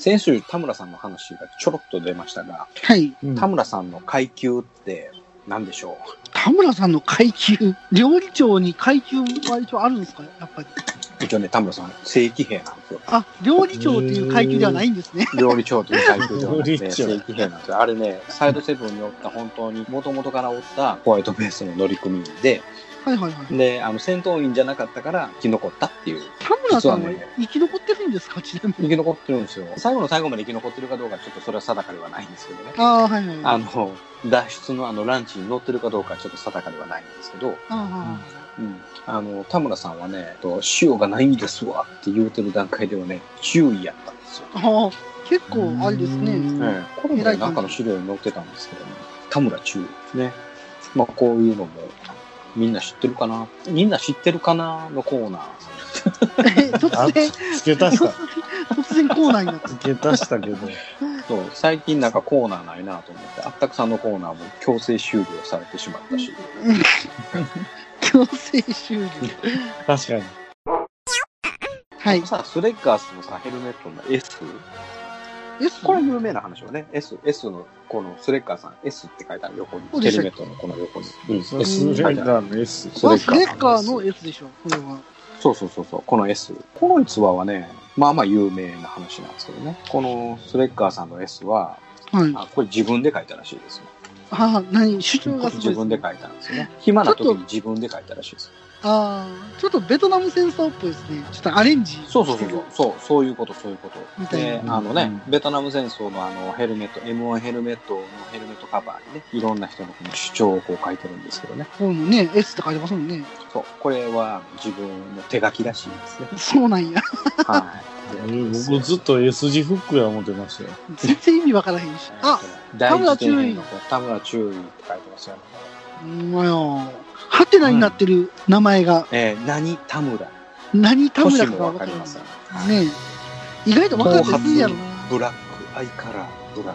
先週、田村さんの話がちょろっと出ましたが、
はい。
田村さんの階級って何でしょ
田村さんの階級、料理長に階級は一応あるんですかやっぱり。
う一応ね、田村さん、正規兵なんですよ。
あ、料理長っていう階級ではないんですね。
料理長という階級ではなく
料理
て、
長
正規兵なんですよ。あれね、サイドセブンにおった、本当に、元々からおったホワイトベースの乗組員で、
はいはいはい。
で、あの、戦闘員じゃなかったから生き残ったっていう。
田村さんは
実はね
生き残ってるんですかちなみに。
生き残ってるんですよ。最後の最後まで生き残ってるかどうか、ちょっとそれは定かではないんですけどね。
ああ、はいはい。
あの、脱出のあのランチに乗ってるかどうか、ちょっと定かではないんですけど、
あ
うん。あの、田村さんはね、と塩がないんですわって言うてる段階ではね、注意やったんですよ。
あ、ああ結構あれですね。
ええ、これも
偉
ね
い感
なん
じ
かの資料に載ってたんですけどね、田村中ですね。まあ、こういうのも、みんな知ってるかなみんな知ってるかなのコーナー。
え
あ
突然、
付け足した。
突然コーナーになった。
付け足したけど。
そう、最近なんかコーナーないなと思って、あったくさんのコーナーも強制終了されてしまったし。
強制終了。
確かに。
はい。
さ、スレッガースのさ、ヘルメットの S、
え、
こ
こ
れ
れ、
有名な話よね。S、S の、このスレッガーさん S って書いてある横に。
そうで
ヘ
した
ル
っけ
メットのこの横に。うん、
ス
S 書いて
レ
あ
ッ
る。
ガーの S。
そ
ま
れ
あ、ス
か
レッカーの S でしょ、これは。
そうそうそうそう、この S。この逸話はね、まあまあ有名な話なんですけどね。このスレッガーさんの S は、
はい。
あこれ自分で書いたらしいですね。
ああ、何主張がすごいす
自
ね
分で書いたんですよね。暇な時に自分で書いたらしいです。
ああ、ちょっとベトナム戦争っぽいですね。ちょっとアレンジ。
そうそうそうそう、そう、そういうこと、そういうこと
み。たいな
で、あのね、ベトナム戦争のあのヘルメット、M1 ヘルメットのヘルメットカバーにね、いろんな人のこの主張をこう書いてるんですけどね。
こういうのね、S って書いてますもんね。
そう、これは自分の手書きらしい ですね。
そうなんや。
はい。
僕ずっと S 字フックや思ってましたよ。
全然意味わからへんし。あ、
第一
田村注意
の田村注意って書いてますよね。
ほんまよ。ハテナになってる名前が、
えー、何田村。
何田村
年
か
も
が
わ
分
か
から
りま
ない。
すよ
ね
ね。
意外と分かっていいやろな。
ブラック、アイカラー、ブ ラ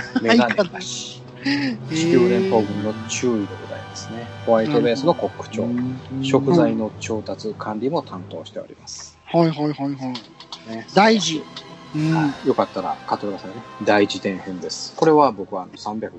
ック。メガネなし。
え
地球連邦軍の注意でございますね。ホワイトベースの国長。食材の調達、管理も担当しております。
はいはいはいはい。
ね
大事。うん。
はいよかったら買ってくださいね。第一点編です。これは僕はあの350円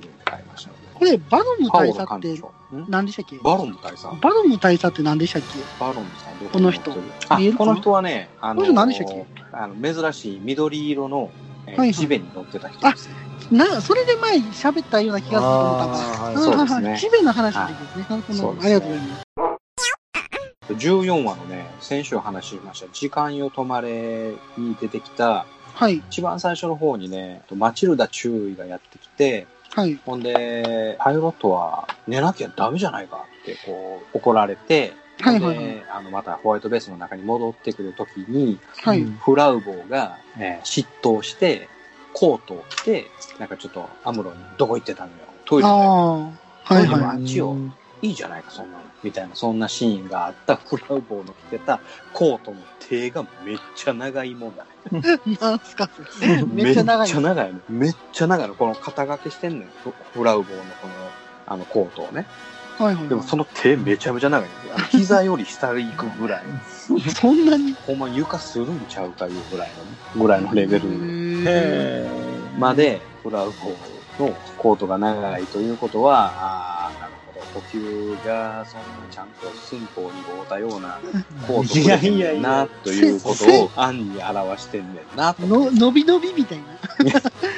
で買いましたので。
これ、バロム
パオ
大
ロ
佐っ
艦
て
長。ん
何でしたっけ
バロン大佐。
バロム大佐って何でしたっけ
バロンさんど
この人
あ
見えるか
こ
な
の人はね、あ
こ
の
の人何でしたっけ
あの珍しい緑色の、ええー
はいはい
地べに乗ってた人ですね。
な、それで前に喋ったような気がすると思ったから。
あーはい
そうですね
はいはいチベの話の時ですね。なるほど
そうです
あり
ね
がとうございます。
14話のね、先週お話ししました、時間よ止まれに出てきた、
はい、
一番最初の方にね、マチルダ注意がやってきて、
はい、
ほんで、パイロットは寝なきゃダメじゃないかってこう怒られて、
はいはいはい
で、あの、またホワイトベースの中に戻ってくるときに、
はい。
フラウボーが、えー嫉妬して、コートを着て、なんかちょっとアムロにどこ行ってたのよ、トイレだよ
ああ、はい
トイレ
は
はあっちよ、いいじゃないか、そんなの。みたいな、そんなシーンがあった、フラウボーの着てたコートの手がめっちゃ長いもんだね。
い。 なんすかそれめっちゃ長い
めっちゃ長いの。めっちゃ長いの。この肩掛けしてんのよ、フフラウボーのこの、あのコートをね。
はいはい。
でもその手めちゃめちゃ長いの。あの膝より下行くぐら い。
そんなに。
ほんま床するんちゃうかいうぐらいの、ぐらいのレベル
へー
へ
まで、フラウボーのコートが長いということは、ああ、なるほど、呼吸がそんなちゃんと寸法に合うたようなコート
いやいやいや
をな、ということを暗に表してんねんな、と。
の、伸び伸びみたいな。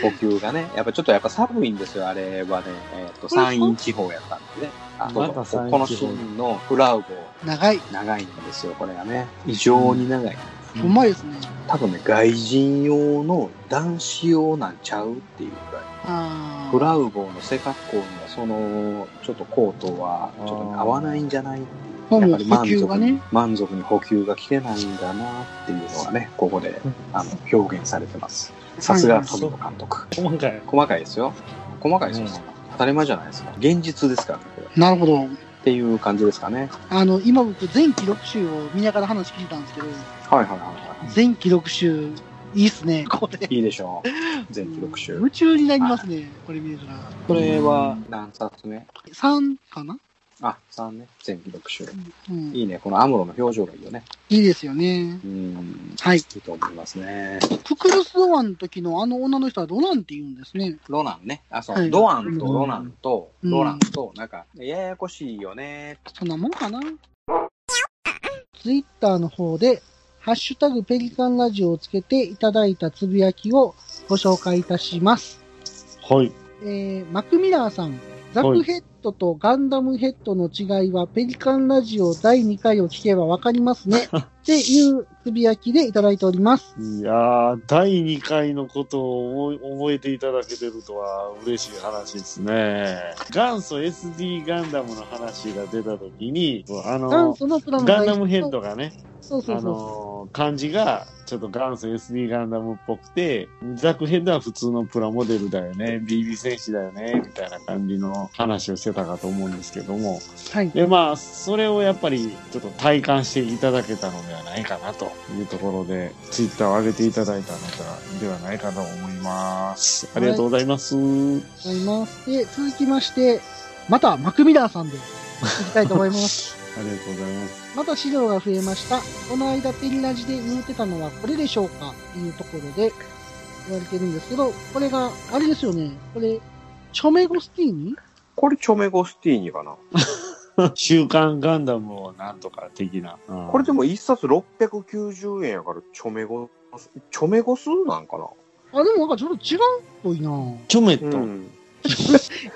呼吸がね、やっぱちょっとやっぱ寒いんですよ、あれはね。えっ、と、山陰地方やったんでね。あ
また
そう
山陰地方
このシーンのフラウボー、
長い。
長いんですよ、これがね。異常に長い。
ほんまですね。
多分ね、外人用の男子用なんちゃうっていうぐらい。
あ
ブラウボーの背格好にはそのちょっとコートはちょっと合わないんじゃない
あ、
やっ
も
ぱ
う
り
補
満
給
足
が
に、
ね。
満足に補給が来てないんだなっていうのがねここであの表現されてますさす
は
が
い
富野監督
ー細かい。
細かいですよ細かいですよ、当たり前じゃないですか現実ですからねこれ
なるほど。
っていう感じですかね
あの、今僕、全記録集を見ながら話聞いたんですけど、
はいはいはいは
全記録集、いいっすね、これ。
いいいでしょう全記録集
夢中になりますね、これ見れたら。
これは何冊目
3かな
あ3ね全記録集
うん。い
いいねこのアムロの表情がいいよね
いですよね。
うん
はい。
いいと思いますね
ククルス・ドアンの時のあの女の人はロナンって言うんですね。
ロナンね。あ、そう、
はい
ドアンとロナンと、
うん
ロナンと、なんか、ややこしいよね。
そんなもんかな。ツイッターの方で、ハッシュタグペリカンラジオをつけていただいたつぶやきをご紹介いたします。
はい。
えー、マクミラーさん、ザクヘッドとガンダムヘッドの違いは、ペリカンラジオ第2回を聞けばわかります ね。っていうつぶやきでいただいております。
いやー、第2回のことを思い覚えていただけてるとは嬉しい話ですね。元祖 SD ガンダムの話が出たときに、あ
元
の、
祖のプラモ
ガンダムヘッド。がね、
そうそう
あ
そ
のー、漢字がちょっと元祖 SD ガンダムっぽくて、ザクヘッドは普通のプラモデルだよね、BB 戦士だよね、みたいな感じの話をしてたかと思うんですけども、
う。はい。
でまあそれをやっぱりちょっと体感していただけたのではないかなというところでツイッターを上げていただいたのではないかと思いますありがとうございます、
ございます。で、続きまして、またマクミラーさんで、いきたいと思います。
ありがとうございます
また資料が増えました。この間、ペリラジで言うてたのはこれでしょうかっていうところで言われてるんですけど、これが、あれですよね。これ、チョメゴスティーニ
これ、チョメゴスティーニかな。
週刊ガンダムをなんとか的な、うん
これでも一冊690円やから、チョメゴ、チョメゴスなんかな。
あ、でもなんかちょっと違うっぽいな
チョメッ
う
ト、
ん。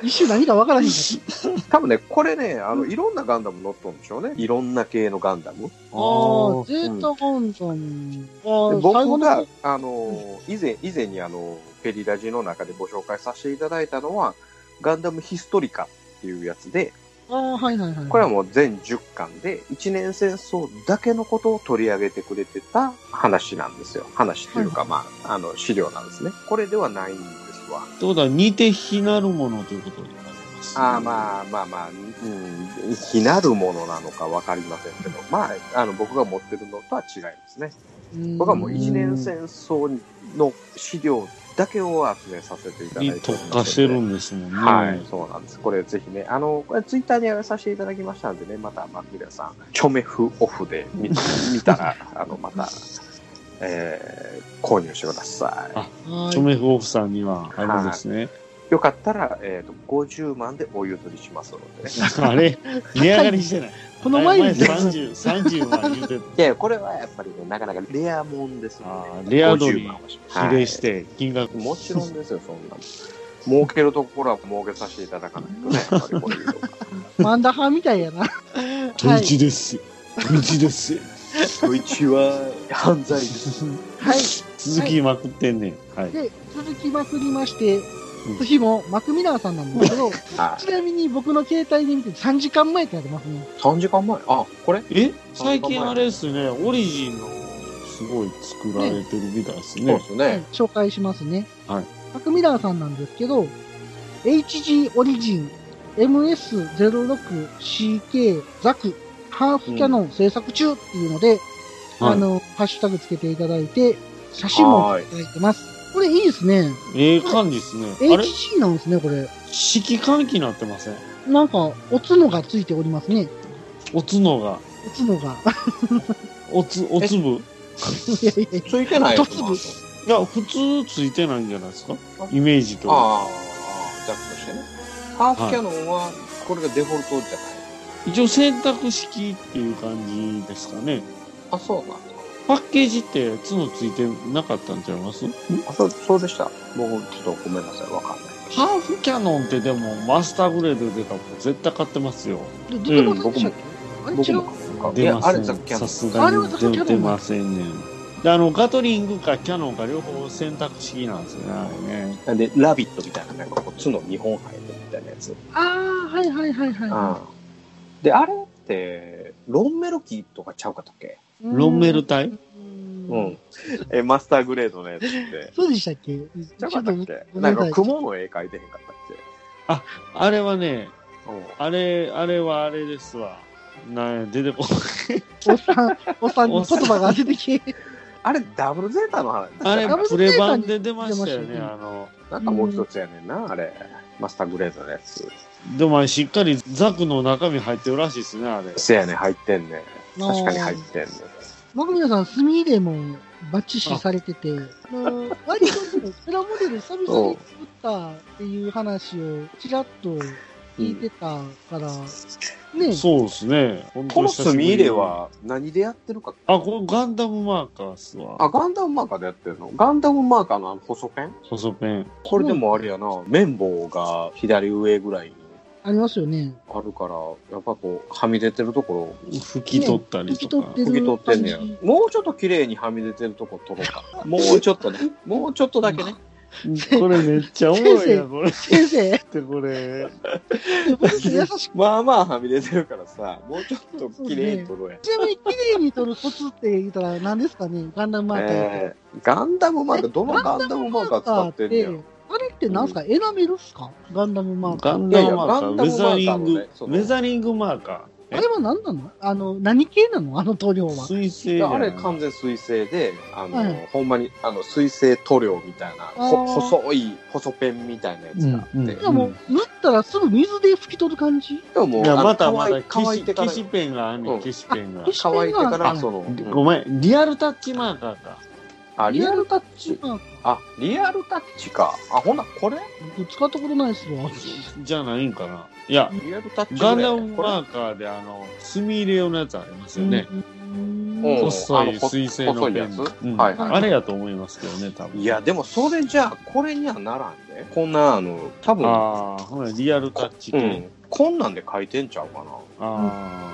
一瞬何かわからへんかった。
多分ね、これね、あの、いろんなガンダム乗っとるんでしょうね。いろんな系のガンダム。で
あー、ゼ
うん
ータガンダム。
僕が
の、
あの、以前、以前にあの、ペリラジの中でご紹介させていただいたのは、ガンダムヒストリカっていうやつで、
あー、はいはいはい。
これはもう全10巻で、一年戦争だけのことを取り上げてくれてた話なんですよ。話というか、まあ、あの、資料なんですね。これではないんですわ。
ってことは似て非なるものということになります
ああ、まあまあまあ、うん、非なるものなのかわかりませんけど、まあ、あの、僕が持ってるのとは違いますね。
うん
僕はもう一年戦争の資料だけを集めさせていただいており
に
ますので
特化してるんですもんね、
はい、そうなんです。これぜひね、あの、これツイッターに上げさせていただきましたんでね、また、まあ、皆さん、チョメフオフで 見見たら、あの、また、えー購入してください。
あ
は
チョ
い。
メフオフさんにはあれですね、
よかったら、えー、と50万でお譲りしますので、ね、
あれ、値上がりしてない。
この前に、
三十三十万言うて
いやいやこれはやっぱりねなかなかレアもんですね
あーレア度に
50万はしま
比
す
例して金額
もちろんですよそんなの儲けるところは儲けさせていただかない とねやっぱりこういうのが
マンダハみたいやな。は
土
い。
地です。土地です。
そいちは犯罪です
はい。
続きまくってんねん。はい。
で、続きまくりまして
うん、
次もマクミラーさんなんですけど、
は
ちなみに僕の携帯で見て3時間前ってなってますね。
い3時間前あこれ
え最近あれですね、オリジンのすごい作られてるみたいです
そう
ね
で。すね、
紹介しますね。
はい
マクミラーさんなんですけど、HG オリジン MS06CK ザクハーフキャノン制作中っていうので、
はい
あの、ハッシュタグつけていただいて、写真もいただいてます。これいいですね。
ええ感じですね。あれ
HG なんですね、これ。
色換気になってません
なんか、おつのがついておりますね。
おつのが。
おつのが。
おつ、おつぶ
いやいやい
ついてない
一
の
粒
いや、普通ついてないんじゃないですかイメージと。
ああざっくりしてねハーフキャノンはこれがデフォルトじゃない、
一応選択式っていう感じですかね。
あそうなんだ
パッケージって角ついてなかったんちゃいますん
あそうそうでした僕ちょっとごめんなさいわかんない
ハーフキャノンってでもマスターグレードで出たら絶対買ってますよ。
や。で、どこ
僕
で
も
あれ違
僕
う
も。買うかい
出
や
ま
あ
せ
れ
ん。
ザッキャノ
さ
ン
す
あ
が
れは
に
ザッキャノ
出
ン
てませんねん。であの、ガトリングかキャノンか両方選択式なんですよね、あれね。
なんで、ラビットみたいな、なんかこう、角2本生えてるみたいなやつ。
ああ、はいはいはいは
うん。で、あれって、ロンメロキーとかちゃうかったっけ
い。うーん
ロンメル。体
うん
うん。え、マスターグレードのやつって。
そうでしたっけち
ちゃ
ょ
うか
っ
った
と
っけ
ご
な
めんなさ
んか、
い。
雲の絵描いてへんかったっ
あれはね、
けうん。
あれ、あれはあれですわ。なんや出てこ
おっさん、おっさん、言葉が出てきて。
あれ、ダブルゼータの話。
あれ
ダブ、ル
プレ版で出ましたよ
出ま
ね、
したね
あの。
なんかもう一つやねんな、あれ。マスターグレードのやつ。
でもあれしっかりザクの中身入ってるらしいですね、あれ。
せやねん、入ってんねん。
あー
確かに入ってんねん。
マクミラさん、墨入れもバッチシされてて、あの割とねプラモデル久々に作ったっていう話をちらっと聞いてたから、ね、
そうですね。
この墨入れ
は
は何でやってるか
あ、これガンダムマーカーっすわ。
あ、ガンダムマーカーでやってるのガンダムマーカーのあの細ペン
細ペン。
これでもあれやな、綿棒が左上ぐらいに
ありますよね。
あるから、やっぱこう、はみ出てるとこ
拭き取ったり
拭き
と
取
か。
って
ろ、拭き
る
取ってんねや
感じ。
もうちょっと綺麗にはみ出てるとこ取ろうか。 もうちょっとね。もうちょっとだけね。
これめっちゃおもろい
先
な、
生
これっ
先生、
てこれ。
僕優しく、
まあまあはみ出てるからさ、もうちょっと綺麗に取ろうや。
ちなみに綺麗に撮るコツって言ったら何ですかね、ガンダムマーカーって。
えーガンダムマーカー、どのガンダムマーカー使ってんねや。
あれって何すか、エナメルっすかガンダムマーカ
ガ
ー。
ンダムマーカー、
い
ウェザ
やいや
リン
ガンダムマーカーのね
グ、
そ
ウ
の
ェザリングマーカ
あれは何なのあの、何系なのあの塗料は。
ー。水星
い
じゃ
や
な
あれ
い
完全水性で、あの、
はい
ほんまに、あの、水性塗料みたいな、ほ
あー
細い、細ペンみたいなやつがあって。
うんうん
じゃあもう、塗ったらすぐ水で拭き取る感じ
でももう
いや、
あの
またま
乾
だ
い乾
消
い
して
から
消しペンがあんね
うん
ん、消しペンが
消。し
乾いてから、
あ
その、
で
うん
ごめん、リアルタッチマーカーか。
あ、リアルタッチ。
うん
あ、リアルタッチか。あ、ほな、これ
僕使ったことないっすわ。
じゃないんかな。いや、
リアルタッチぐ
ガ
らい
ンダム
これ
マーカーであの、墨入れ用のやつありますよね。
うん
うん
細
あの
い
ほ
水星のペン。
細いやつ
うん
はいはい
あれやと思いますけどね、多分。
いや、でもそれじゃあ、これにはならんね。こんな、あの、多分、
ああ、ほら、リアルタッチ
う
系。
ん、こんなんで書いてんちゃうかな。
あ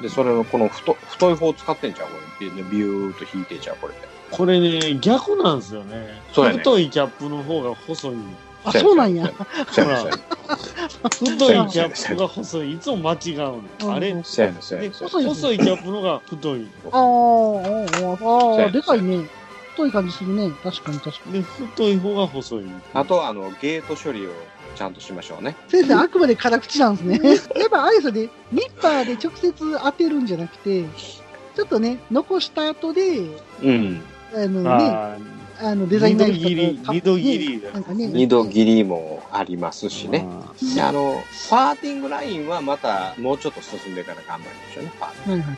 あ。
で、それのこの太太い方使ってんちゃうこれ。でビューっと引いてんちゃうこれで。
これね、逆なんですよね。
そうやね
太いキャップの方が細い。
あ、そうなんや。。
そうやね
太いキャップが細い。いつも間違うの。あれ
うん
そうやねそうや
で
ねそ
細
うやね。
い細いキャップの方が太い。
あーあー、あ
や
あ、でかいね。太い感じするね。確かに確かに。
で、太い方が細い。
あとは、あの、ゲート処理をちゃんとしましょうね。
先生、あくまで辛口なんですね。 やっぱ、あれですよね、ニッパーで直接当てるんじゃなくて、ちょっとね、残した後で、
うん。
あのね、あ
あ
の、デザインナイフと
二度切り
か
二度切り
ねなんかね、
二度切りもありますし
あ。
ね。
まあ
であの、パーティングラインはまたもうちょっと進んでから頑張りましょうね、パーティン
はいはい。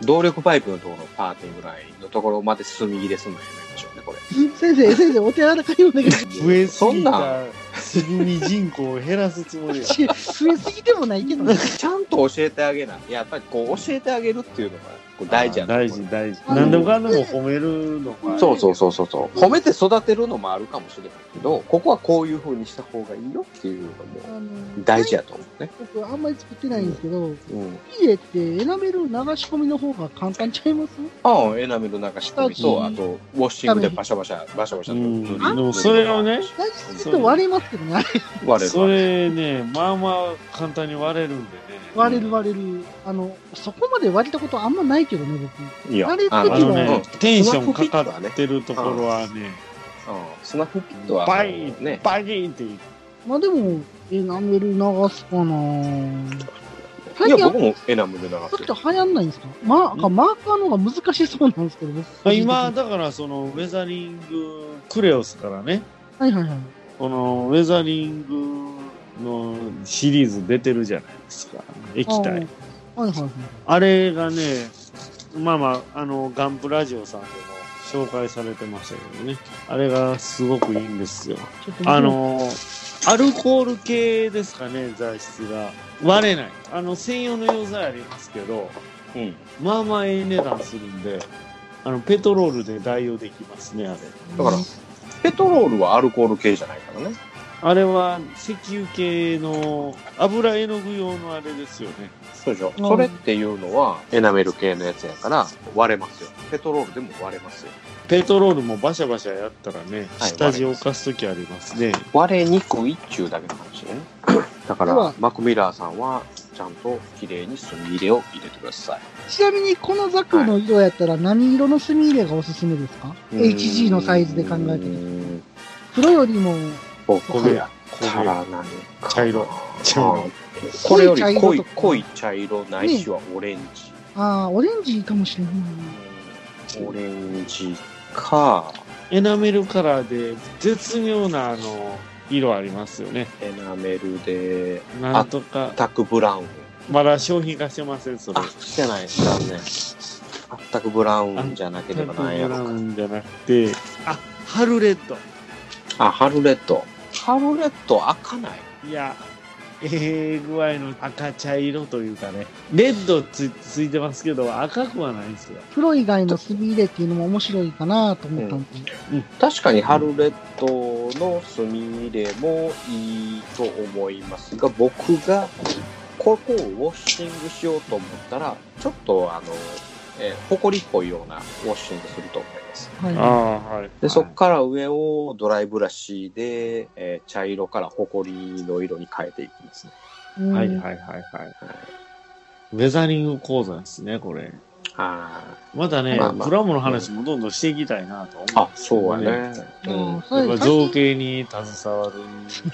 グ動力パイプのところのパーティングラインのところまで進み切れすんのやめましょうね、これ。
先生、先生、お手柔らかにお願いします。
増えす
そん
ぎ
な
た。積み人口を減らすつもりや。
し増えすぎでもないけどね。
ちゃんと教えてあげない。やっぱりこう教えてあげるっていうのがこう大事やな
大事、大事。
うん
何でもかんでも褒めるのが。
そうそうそうそうそう。褒めて育てるのもあるかもしれないけど、ここはこういう風にした方がいいよっていうの
あ
も
の
大事やと思うね。
僕あんまり作ってないんですけど、
うん。
ビエってエナメル流し込みの方が簡単ちゃいます
ああ、エナメル流し込みと、
うん
あと、ウォッシングでバシャバシャ、バシャバシャと塗り。
うんでもそれをね
大事すぎると割れますけどね。
割れる
そ
わ。
れね、まあまあ簡単に割れるんでね。
割れる割れる。あの、そこまで割れたことあんまないけどね、
いや
慣れてきた
あ
あ
の
の
うん
ね、テンションかかってるところはね、
うんスナフピットは、
バイン、
ね、
バインって言う
僕。まあでも、エナメル流すかな最
いや、
近、
僕もエナメル流
ちょっ
す
と流行んないんですかマーカー、マーカーの方が難しそうなんですけど、僕
今、、だからそのウェザリング、クレオスからね、
はいはいはい。
このウェザリングのシリーズ出てるじゃないですか、液体。
あー。はいはいはい。
あれがね、まあまあ、あの、ガンプラジオさんでも紹介されてましたけどね、あれがすごくいいんですよ。
ちょっと
あ、のアルコール系ですかね、材質が。割れない。あの、専用の溶剤ありますけど、
うん。
まあまあええ値段するんで、あの、ペトロールで代用できますね、あれ。
だから、ペトロールはアルコール系じゃないからね。
あれは石油系の油絵の具用のあれですよね。
そうでしょ。
うん
それっていうのは、エナメル系のやつやから、割れますよ。ペトロールでも割れますよ。
ペトロールもバシャバシャやったらね、
はい
下地を浮かすときありますね。
割れにくいっちゅうだけの 話ね。だか
で
ら
は、
マクミラーさんは、ちゃんと綺麗に炭入れを入れてください。
ちなみにこのザクの色やったら何色の墨入れがおすすめですか ?HG のサイズで考えてる。
る。
黒よりも
僕や
こ
った
れ
ら何かな
茶色茶色
これより
濃い
濃い
茶色とか
濃い茶色ないしはオレンジ。
ああ、オレンジかもしれないな。
オレンジか、
エナメルカラーで絶妙なあの、色ありますよね。
エナメルで、
なんとか、
タックブラウン。
まだ商品化してません、それ
あ。、してない、残念。あったくブラウンじゃなけ
タ
れ
ッ
ば
プ
なんや
ブ
ろ
ラ
か
ウ。ンじゃなくて、あ、ハルレッド。
あ、ハルレッド。ハルレッド開かない
いや、ええ具合の赤茶色というかね、レッドつついてますけど、赤くはないんですよ。
黒以外の墨入れっていうのも面白いかなと思ったんで。
確かにハルレッドの炭入れもいいと思いますが、僕がここをウォッシングしようと思ったら、ちょっとあの、えー、ホコリっぽいようなウォッシングすると思います。
はい。
あ、はい。
で、そこから上をドライブラシで、えー茶色からホコリの色に変えていきますね。
うん
はいはいはいはい。ウェザリング講座ですね、これ。
あ
またね、
まあまあ
プラモの話もどんどんしていきたいなと思
あ、そうやね。う
うん
ん。
それ
やっぱ
最
造
近
形に携わる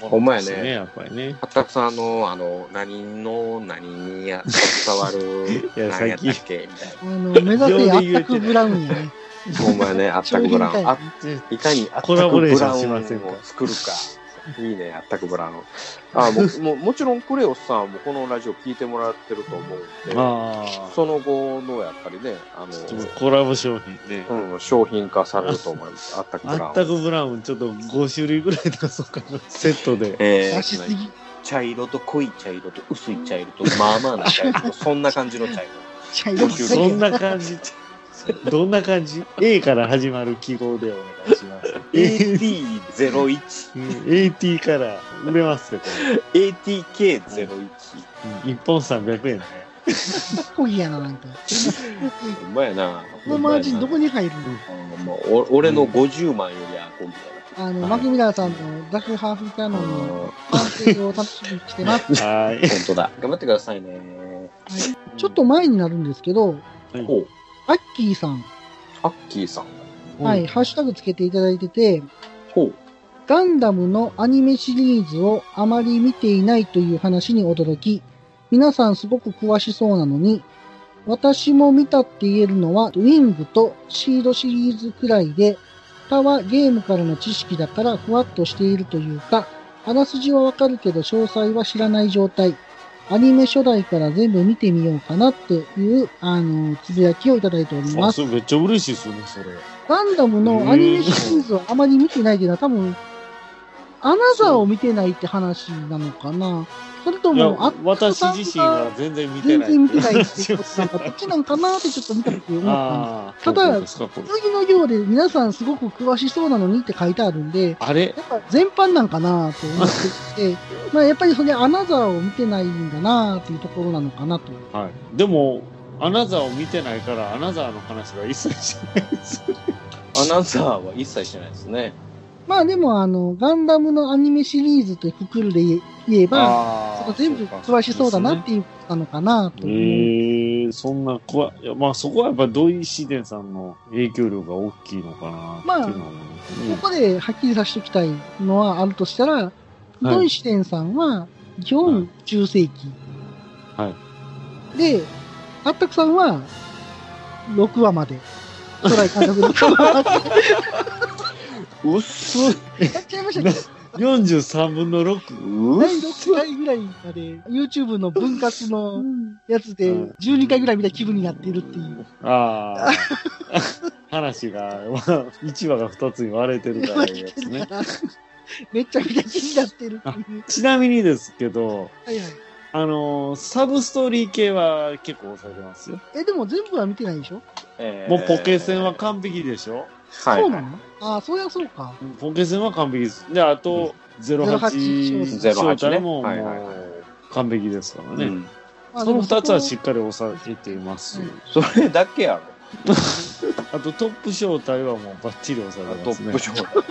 ほん
もので
まや
す
ね
ね、やっぱりね。
八角さんの、あの、何の何にや伝わ る
い、や
何やったっけみたいな。
あの、目指せあったくブラウンやね。
ほんまや ね、あったくブラウン。あいかにあったく
コラボレ
ブ
ーシ
ラ
ョ
ウ
ン
ン
し
を
ませんか
作るか。いいね、あったくブラウン。あも ももちろんクレオスさんもこのラジオ聞いてもらってると思うんで、
あ
その後のやっぱりね、あ
あ、コラボ商品ね。
の、うん、商品化されると思います。あったくブラ
あ
ウン。
ったくブラウン、ちょっと5種類ぐらい出そうかな、セット で。
え
出しす
ー、
ぎ。
茶色と濃い茶色と薄い茶色とまあまあな茶色とそんな感じの 茶色。
茶色ばっかりや
そんな感じ。どんな感じ ?A から始まる記号でお願いします。A
AT01、
AT から売れますね、こ
ATK01。
れ。1本300円ね。
かっこいいやな、なんか。
ほんまやな。
このマージンどこに入るの
うんもうお俺の50万よりアコギ
あの、
はい
マクミラーさんのザクハーフキャ
だな。
ノンの完
本
成を楽しみにしてます。
はい。
当だ。頑張ってくださいね。
ちょっと前になるんですけど、
おう
アッキーさん、
ハッキーさん。
はい、ハッシュタグつけていただいてて、
ほう。
ガンダムのアニメシリーズをあまり見ていないという話に驚き、皆さんすごく詳しそうなのに、私も見たって言えるのは、ウィングとシードシリーズくらいで、他はゲームからの知識だからふわっとしているというか、あらすじはわかるけど詳細は知らない状態。アニメ初代から全部見てみようかなっていう、あの、つぶやきをいただいておりま
あ。そ
す
れめっちゃ嬉しいですね、それ。
ガンダムのアニメシリーズをあまり見てないけど、多分、アナザーを見てないって話なのかなそれと
いや
も、あ、
私自身は全然見て
全
ない。
然見てないってことなんか、どっちなんかなってちょっと見た時思ったん で
ああ、
ただ
そうですかこれ
す。次の行で皆さんすごく詳しそうなのにって書いてあるんで、
あれ
やっぱ全般なんかなと思っていて、まあやっぱりそれアナザーを見てないんだなっていうところなのかなと。
はい。でも、アナザーを見てないから、アナザーの話は一切しない です。
アナザーは一切してないですね。
まあでもあの、ガンダムのアニメシリーズというくくるで言えば、
あ
その全部詳しそうだなっていうことなのかなと
え
思う。
ー、そんな怖い。いやまあそこはやっぱ土井紫伝さんの影響力が大きいのかなっていうのは思う
ここではっきりさせておきたいのはあるとしたら、ドイシテンさんは、基本中世紀。
はい
で、あったくさんは、6話まで。トライ監督6話 まで。
うん。うっす。
やっちゃいましたけど、
43分の 6?
第6回ぐらいまで、YouTube の分割のやつで、
うん
12回ぐらい見た気分になっているっていう。
ああ。 話が、まあ、1話が2つに割れてるからいうやつね。
めっちゃ見た気になってるっていう。
ちなみにですけど、
はいはい。
あのーサブストーリー系は結構抑えてますよ。
え、でも全部は見てないでしょ、
もうポケセンは完璧でしょ
はい
そうなのああ、そうやそうか。
ポケセンは完璧です。で、あと、08
08
正体もも
はいはいはいう
完璧ですからね。
うん
まあ
その2つは
でも
しっかり抑えています。
うん
それだけやろ。
あとトップ正体はもうバッチリ抑えて
ト
ます
ッ
ね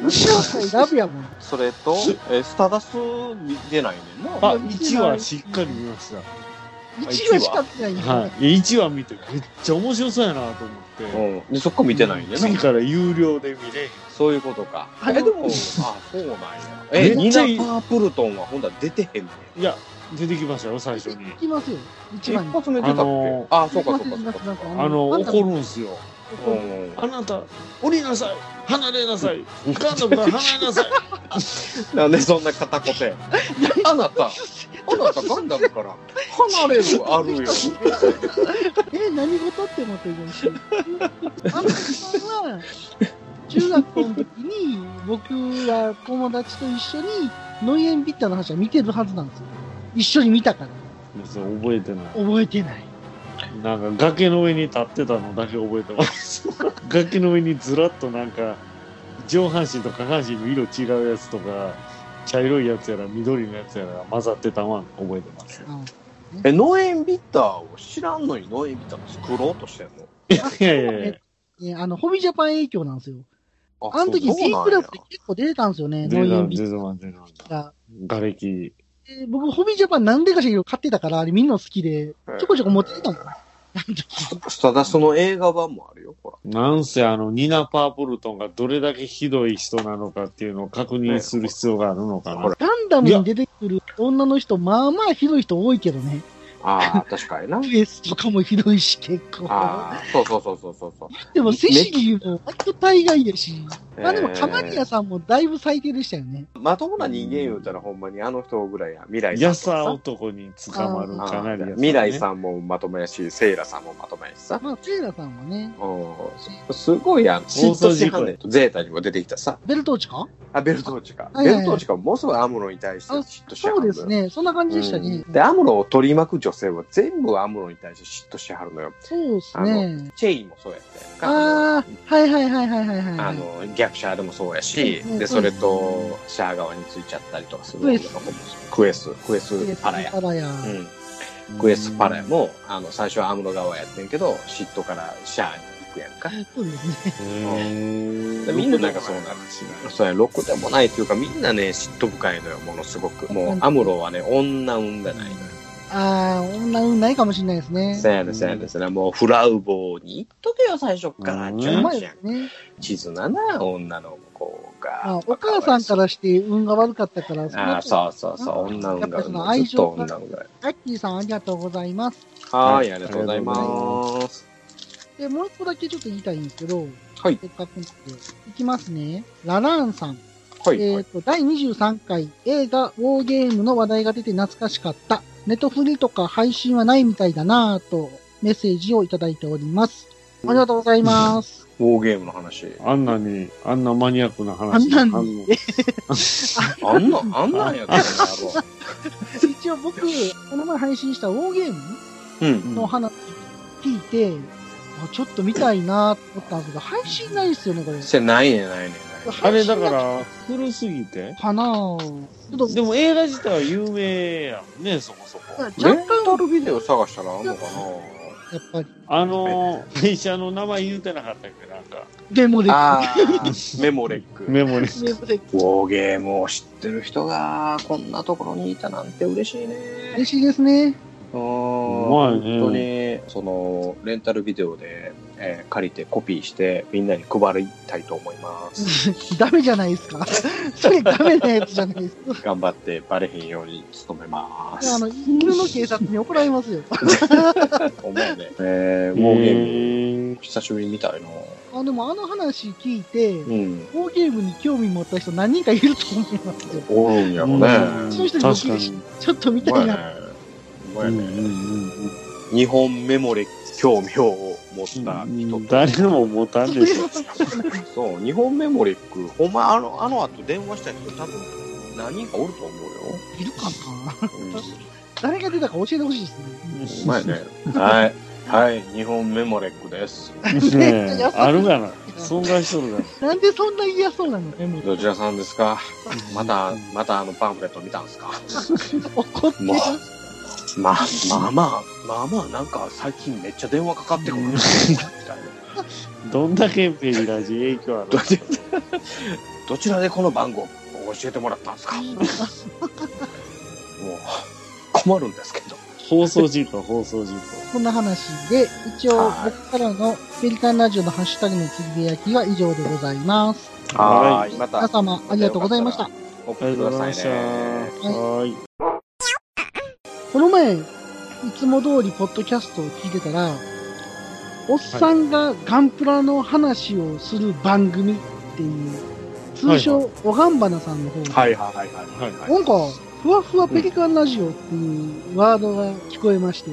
プ。賞。
そこラブやもん。
それと、えースターダスト見てないねんな。
あ、1話しっかり見ました。
1話しか見てないんですよね。
はい。1話見てめっちゃ面白そうやなと思って。
うん。で、そっか見てないねん
次
な。
から有料で見れへん。
そういうことか。
あ
え、
の
でも、あ、そうなんや。え、
め
ニ
っちゃ
ナ・
いい
パープルトンはほんだら出てへんねん。
いや、出てきましたよ、最初に
行。きますよ、一
一
番に。
発目出たっけ
あの
あ、そうかそうか
行き
そう
ます
か
行き。ます
あの、
なんか
怒るんすよ。
怒
う
る
ん
あなた、降りなさい離れなさいガンダムから離れな さい
なんでそんな片言や。 あなた、あなたガンダムから離れるあるよ。
え、何事って思ってるし。あのさんは、中学校の時に、僕は友達と一緒に、ノイエンビッターの話は見てるはずなんですよ。一緒に見たから。
別に覚えてない。
覚えてない。
なんか崖の上に立ってたのだけ覚えて ます。崖の上にずらっとなんか、上半身と下半身の色違うやつとか、茶色いやつやら緑のやつやら混ざってたのは覚えてます。
あ
え、農園ビッターを知らんのに農園ビッターを作ろうとしてんの
いやいやいや、
えあの、ホビジャパン影響なんですよ。
あ
あの時、
そう
B
なん
クラ
や
ブで結構出てたんですよね、ノ
全
イエン
然、
ビッ
全然、全然。
ターが。
瓦礫。
で僕、ホビージャパンなんでかしら買ってたから、あれみんな好きで、ちょこちょこ持ってたもん。
ただその映画版もあるよ、ほら。
なんせあの、ニナ・パープルトンがどれだけひどい人なのかっていうのを確認する必要があるのかな。
ガンダムに出てくる女の人、まあまあひどい人多いけどね。
ああ、確かにな。
ウエスとかもひどいし、結構。
ああ、そうそうそうそうそうそう。
でも、セシリーも割と大概やし。まあでも、
えー
カマリアさんもだいぶ最低でしたよね。
まともな人間言うたらほんまにあの人ぐらいや。未来
や
さ
さ
んとか
男に捕まる
さ
かなりや
あ
さ
あ未来
んね。
さんもまともやし、セイラさんもまともやしさ。
まあ、セイラさんはね、
うんすごいやん。嫉
放
妬
送
し
事故
はんねんと。ゼータにも出てきたさ。
ベルトーチか
あ、ベルトーチ
は
か。
いはい
ベ
はい
ルトーチかもうすぐアムロに対して嫉妬しは
そ
る
うですね。そんな感じでしたね。
で、アムロを取り巻く女性は全部アムロに対して嫉妬しはるのよ。
そうですね。
チェイもそうやったやんか。
ああ、はいはいはいはいはい
あ
はい。
の、逆シャアでもそうやし
うんう、ん
で、それと、シャア側についちゃったりとかする
クエス
クエス、クエスパラや。
パラヤ。
うん。クエスパラヤも、あの、最初はアムロ側やってんけど、嫉妬からシャアに行くやんか。
そうですね。
でみんななんかそうなるそうや、ろくでもないというか、みんなね、嫉妬深いのよ、ものすごく。もう、アムロはね、女産んでないのよ。
ああ、女運ないかもしれないですね。
そうやね、そうやね、そうやね。もう、フラウボーに行っとけよ、最初から。
うん
ち
う
ゃん
まい
ち
で
ゃん
す。ね。
地図なな、女の子
まあ
が。
お母さんからして運が悪かったから、そ
ああ、
う。
そうそうそう、女
や
運
っぱりその
が、ず
愛
っと
情が
女運が。
アッキーさんありがとうございます。
は
はいい、
ありがとうございます。
で、もう一個だけちょっと言いたいんですけど、
はい
せっかくなんで。いきますね。ララーンさん。
はい、
えっ、
はい。
と、第23回映画、ウォーゲームの話題が出て懐かしかった。ネトフリとか配信はないみたいだなぁとメッセージをいただいております。ありがとうございます。
ウォーゲームの話。
あんなに、あんなマニアックな話。
あんなん
あの
あん な、あんなんやったらな、あ
一応僕、この前配信したウォーゲーム
うん。
の話聞いて、あちょっと見たいなと思ったんですけど、配信ないですよね、これ。
せ、ないねん、ないねん。
あれだから、古すぎて。
かなぁ。ちょっと、
でも映画自体は有名やもんね、そこそこ。
レ
若
ンタルビデオ探したらあんのか
やっぱり、
あの、会社の名前言うてなかったっけなんか。
デモで
な。あ あ、メモレック。
メモに。
デモで
ウォーゲームを知ってる人が、こんなところにいたなんて嬉しいね。
嬉しいですね。
う
ま
ん
いね
本当に、その、レンタルビデオで、えー借りてコピーして、みんなに配りたいと思います。
ダメじゃないですか。 それダメなやつじゃないですか。
頑張ってバレへんように努めま
いやあ
す
の、。犬の警察に怒られます よ。
思うね。えー、ウォーゲーム、
へー
久しぶりに見たいな。
あでもあの話聞いて、ウ
うん。
ォーゲームに興味持った人何人かいると思いますよ。
おるんやろ
うん
ね。
そういう人に
確
聞
か
い
に。
ちょっと見た
ほん
い
まや
な。
ね。ほんまやね
うん
日本メモレ興味を持った人と
誰も持たんでしょ。
そう、日本メモリック、ほんま、あの、あの後電話した人、多分、何人かおると思うよ。
いるかな
うん、
誰が出たか教えてほしいですね。
ほんまやね。はい。はい、日本メモレックです。
ねえあるがな。そんな人が。
なんでそんな嫌そうなのメモ
どちらさんですかまた、またあのパンフレット見たんですか
怒ってる
ま。あ、まあ、まあまあ、まあまあ、なんか最近めっちゃ電話かかってくる。みたいな
どんだけペリラジ影響ある
どち どちらでこの番号を教えてもらったんですかもう、困るんですけど。
放送事故、放送事
こんな話で、一応
はい
僕からのペリカンラジオのハッシュタグのつぶやきは以上でございます。
は
はいい、また
皆。様ありがとうございました。
送っ
故。あり
て
がとうご
くだ
ざい
さ
ま
い
した。
ね。
はい。
この前、いつも通りポッドキャストを聞いてたら、おっさんがガンプラの話をする番組っていう、通
は
称、おがんばなさんの方が、
いはいはいは
なんか、ふわふわペリカンラジオっていうワードが聞こえまして、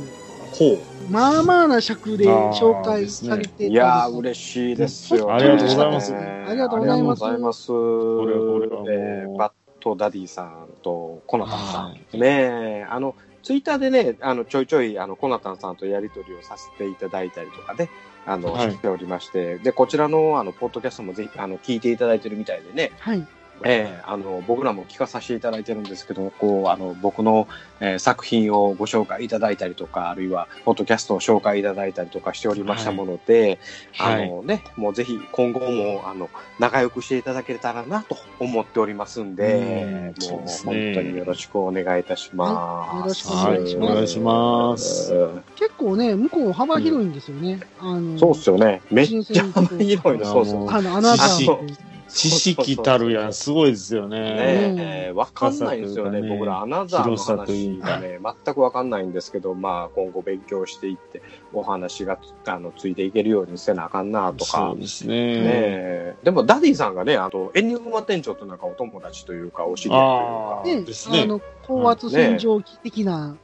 ほ
まあまあな尺で紹
あー
介
ですね
されてたん
う。
です
いやー、嬉しいですよ。
ありがとうございます
ありがとうございます
ありがとう
れは
ご
これはも
ざいます。
う
えーバットダディさんとコナタンさん。ねえ、あの、ツイッターでね、あの、ちょいちょい、あの、コナタンさんとやりとりをさせていただいたりとかね、あの、
はい
しておりまして、で、こちらの、あの、ポッドキャストもぜひ、あの、聞いていただいてるみたいでね、
はい。
えーあの僕らも聞かさせていただいてるんですけどこうあの僕の、えー作品をご紹介いただいたりとかあるいはポッドキャストを紹介いただいたりとかしておりましたもので、
はい
あのね、もうぜひ今後もあの仲良くしていただけたらなと思っておりますんで、
うん
もう
そう
本
ですね
当によろしくお願いいたします。
はいよろしくお願
いします
はいお願いしま
結構ね、向こう幅広いんですよね。あの、
すそうっすよね。めっちゃ広いの。そうそう。
あの、アナザー
そう
って
知識たるやん、すごいですよね。
ねえ、わかんないんですよね。
深さというかね
僕らアナザーの
広さとい
話
う
が
か
ね、全くわかんないんですけど、まあ今後勉強していって、お話がつあのついていけるようにせなあかんなと
そ
か
う。です
ね
ね。
え、でもダディさんがね、あとエニグマ店長となんかお友達というか、お知り
あ
合いというか。
ね
ですね
あの、高圧洗浄機的な、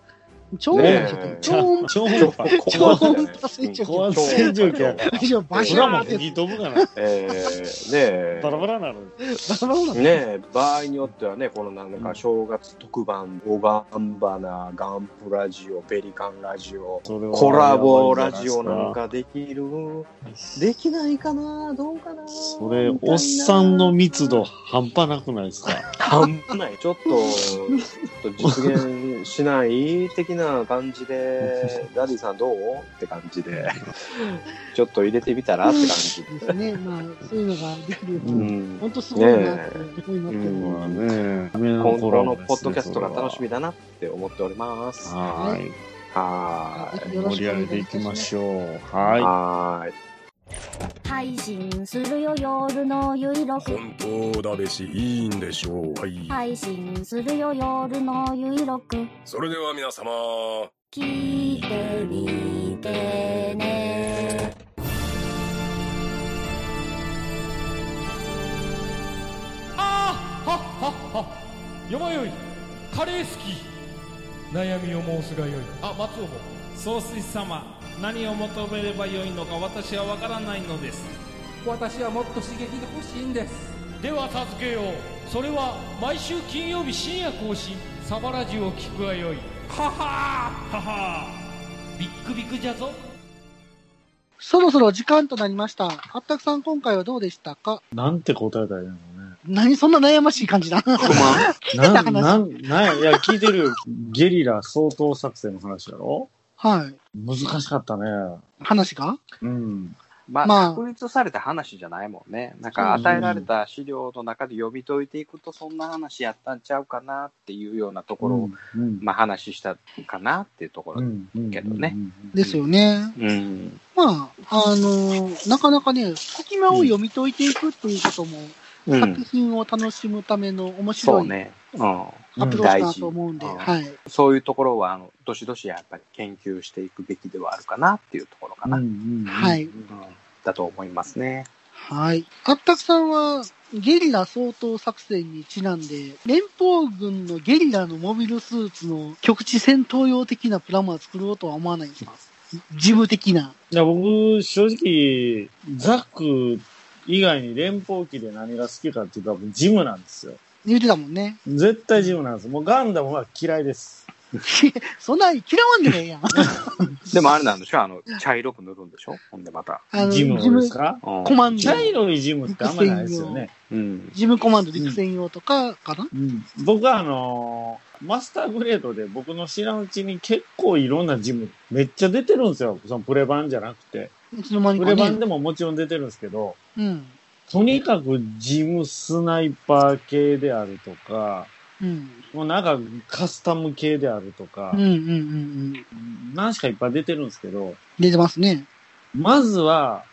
超音波
ね
超音
超音波。
超
超
音波洗浄
高
機。
圧洗浄機やから。
以上、バシ
俺ら
ャ
も
ーっ
う
て
吹き飛ぶから。
えーねえ
バラバラなの。
バラバラなの
ねえ、場合によってはね、このなんか正月特番、オガンバナ、ガンプラジオ、ペリカンラジオ、
それは
コラボラジオなん。かできるできないかなどうかな
それ、おっさんの密度半端なくないですか
半端ない。ちょっと、ちょっと実現しない的な感じで、ダディさんどうって感じで、ちょっと入れてみたらって感じ。
ですね。まあ、そういうのができると、
うん。
本当すごいなって思いますけど、
ね
まあね、今
今後のポッドキャストが楽しみだなって思っております。
は。
はい
はーい。
よろ
盛
し
り
くお願
上
い
げて
いた
い
し
き
ま。
ますしょう。は
はーい。
配信するよ夜のゆいろく
本当だべしいいんでしょうはい、
配信するよ夜のゆいろく
それでは皆様
聞いてみてね
あーはっはっは山よいカレー好き悩みを申すがよいあ松尾も総帥様
何を求めればよいのか私はわからないのです
私はもっと刺激が欲しいんです
では助けようそれは毎週金曜日深夜更新サバラジュを聞くがよいははははビックビックじゃぞ
そろそろ時間となりました。八ったさん、今回はどうでしたか
なんて答えたらいいの
何そんな悩ましい感じだ。 聞い
な
た
ん、な
話。
ん、なんや、いや、聞いてるよ。ゲリラ相当作戦の話やろ
はい。
難しかったね。
話が
うん。
まあ、
まあ
確立された話じゃないもんね。なんか、与えられた資料の中で読み解いていくと、そんな話やったんちゃうかなっていうようなところを、まあ、話したかなっていうところけどね。
ですよね。
うん。
まあ、あのーなかなかね、隙間を読み解いていくっていうことも、
うん
作品を楽しむための面
そ
白
う
い
ね。うん。
アプローチだと思うんで、
大事
はい。
そういうところは、あの、どしどしやっぱり研究していくべきではあるかなっていうところかな。
はい。
だと思いますね。
はい。八ったさんは、ゲリラ相当作戦にちなんで、連邦軍のゲリラのモビルスーツの局地戦闘用的なプラモは作ろうとは思わないんですか事務的な。
いや、僕、正直、ザック以外に連邦機で何が好きかっていうと、僕ジムなんですよ。
言ってたもんね。
絶対ジムなんです。もうガンダムは嫌いです。
そんな嫌わんでもええやん。
でもあれなんでしょあの、茶色く塗るんでしょほんでまた。
あのジムをジムですか
うん
コマンド
茶色いジムってあんまりないですよね。
うん。
ジムコマンド陸専用とかかな、
僕はあのーマスターグレードで僕の知らんうちに結構いろんなジムめっちゃ出てるんですよ。そのプレ版じゃなくて。
いつの間に
プ
か
レ版
ね。
でももちろん出てるんですけど、
うん。
とにかくジムスナイパー系であるとか、
うん。
もうなんかカスタム系であるとか
うんうん、うんうん。
何しかいっぱい出てるんですけど、
出てますね。
まずは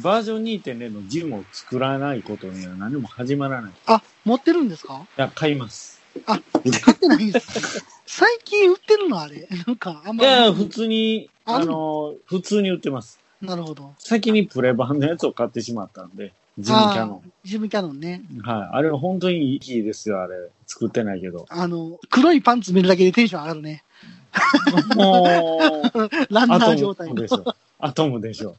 バージョン2.0のジムを作らないことには何も始まらない。い
あ、持ってるんですか
や、買います。
あ、買ってないんです。最近売ってるのあれ。なんか、あん
い
まり。
や、普通に、
あ
あ
る
の、普通に売ってます。
なるほど。
先にプレ版のやつを買ってしまったんで、ジムキャノ
あー。ジムキャノンね。
ン。はい。あれは本当にいいですよ、あれ。作ってないけ ど。
あの、黒いパンツ見るだけでテンション上がるね。
もう、
ランナ ー状態
アト
の
ムでしょ。アトムでしょ。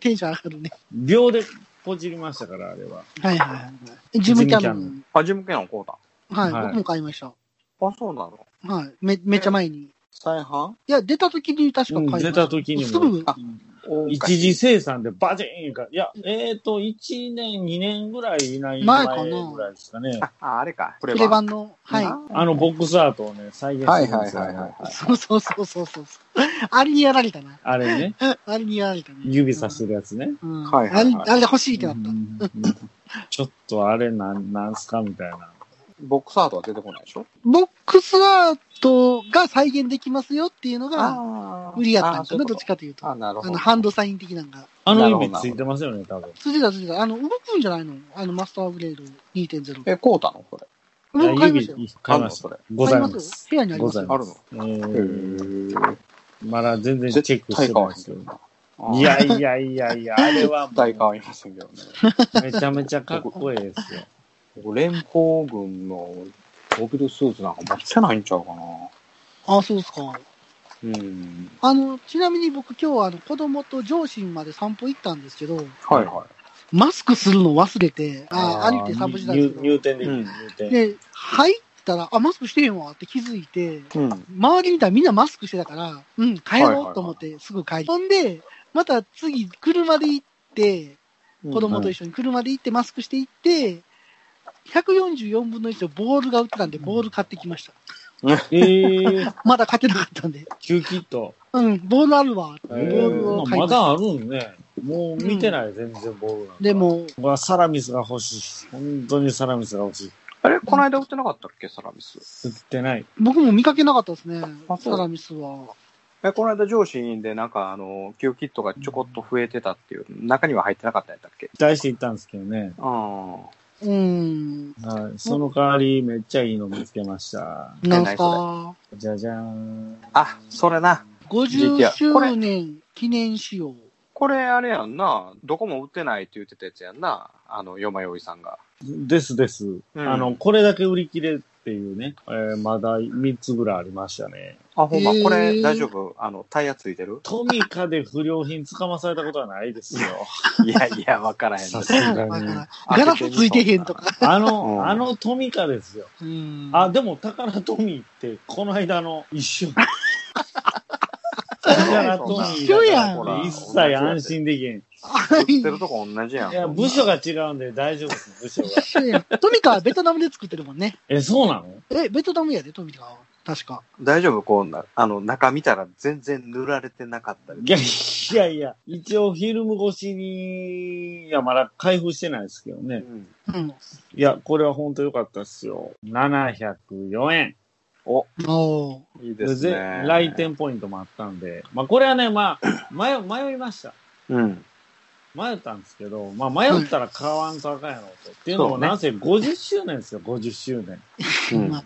テンション上がるね。
秒でポジりましたから、あれは。
はいはいはい。ジムキャノン。
ン。
あ、ジムキャノンこうだ。
はい、
はい
僕も買いました。
あ、そうなの
はい。め、めっちゃ前に。
再販
いや、出た時に確か買いました。
出た時に
すぐ
も、、
あ
一時生産でバチーンか。いや、えっと、1年、2年ぐらいいない
前かな
ぐらいですかね。
あ、あれか。プ
プレ版の、はい。
あの、ボックスアートをね、再現してるんですよ。
はいはいはい
そうそうそうそうそう。あれにやられたな。
あれね、
あれにやられたね。
指さしてるやつね。
うん
はいはいはい
あれあれ欲しいってなった。
ちょっとあれなん、なんすかみたいな。
ボックスアートは出てこないでしょ
ボックスアートが再現できますよっていうのが売りやったんかな、どっちかというと。
あ、なる
あの、ハンドサイン的なのが。
あの指ついてますよね、多分。
ついてたついてた。あの、動くんじゃないのあの、マスターグレード2.0。
え、こうたのそれ。
僕も買いましたよ。
指、買いまし
あるの
た
そ。
ございます。
部屋にあり
ご
ます
ざい
よ。
ます。うんまだ全然チェックしてないですけど。
わいい
いやいやいやいや、あれは
絶対買いませんけどね。
めちゃめちゃかっこいいですよ。
僕連邦軍のモビルスーツなんか持ってないんちゃうかな。
あ、そうですか。
うん。
あの、ちなみに僕今日はあの、子供と上司まで散歩行ったんですけど、
はいは
マスクするの忘れて、あ、
あ
兄貴で散歩してたんですけど、
入店でき
う
る
ん
入店。
で、入ったら、あ、マスクしてへんわって気づいて、
い。うん。
周り見たらみんなマスクしてたから、うん、帰
はいはい
ろ
は
う
い
と思ってすぐ帰り。ほんで、また次、車で行って、子供と一緒に車で行ってマスクして行って、144分の1のボールが売ってたんで、ボール買ってきました。
えー、
まだ買ってなかったんで。
キューキット。
うん、ボールあるわ。ボ
え
ール
ー
を
まあ
買い
ま
ました。
だあるんね。もう見てない、全然ボールなんか
でも、
うわ、サラミスが欲しい。本当にサラミスが欲しい。
あれこの間売ってなかったっけサラミス。
売ってない。
僕も見かけなかったですね、
あ
サ
そう
ラミスは。
え、この間上司でなんかあの、キューキットがちょこっと増えてたっていう、中には入ってなかったんやったっけ
期待して行ったんですけどね。
うん。
うん、
はい。その代わり、めっちゃいいの見つけました。
なん
な
す
いそれ
か。
じゃじゃーん。
あ、それな。
50
GTR これ
周年記念仕様。
これあれやんな。どこも売ってないって言ってたやつやんな。あの、よまよいさんが。
ですです。
うん
あの、これだけ売り切れっていうね、えーまだ3つぐらいありましたね。
あ、ほんま、
えー
これ大丈夫あの、タイヤついてる
トミカで不良品捕まされたことはないですよ。
いやいや、わからへん。
さすがに。
ガラスついてへんとか。
あの、あのトミカですよ。あ、でも、宝トミーって、この間の一緒。宝トミー
一緒やん
だから一切安心できへん。
売ってるとこ同じやん。
いや、部署が違うんで大丈夫です、部署が。
いやトミカはベトナムで作ってるもんね。
え、そうなの
え、ベトナムやで、トミカは。確か。
大丈夫こうな、あの、中見たら全然塗られてなかったり。
いやいやいや、一応フィルム越しに、いや、まだ開封してないですけどね。
うん。
いや、これは本当良かったですよ。704円。
お
お
いいですね
来店ポイントもあったんで。まあ、これはね、ま あ、迷、迷いました。
うん。
迷ったんですけど、まあ、迷ったら買わんとあかんやろと。っていうの
そ
も、
うね
なんせ50周年ですよ、50周年。
まあ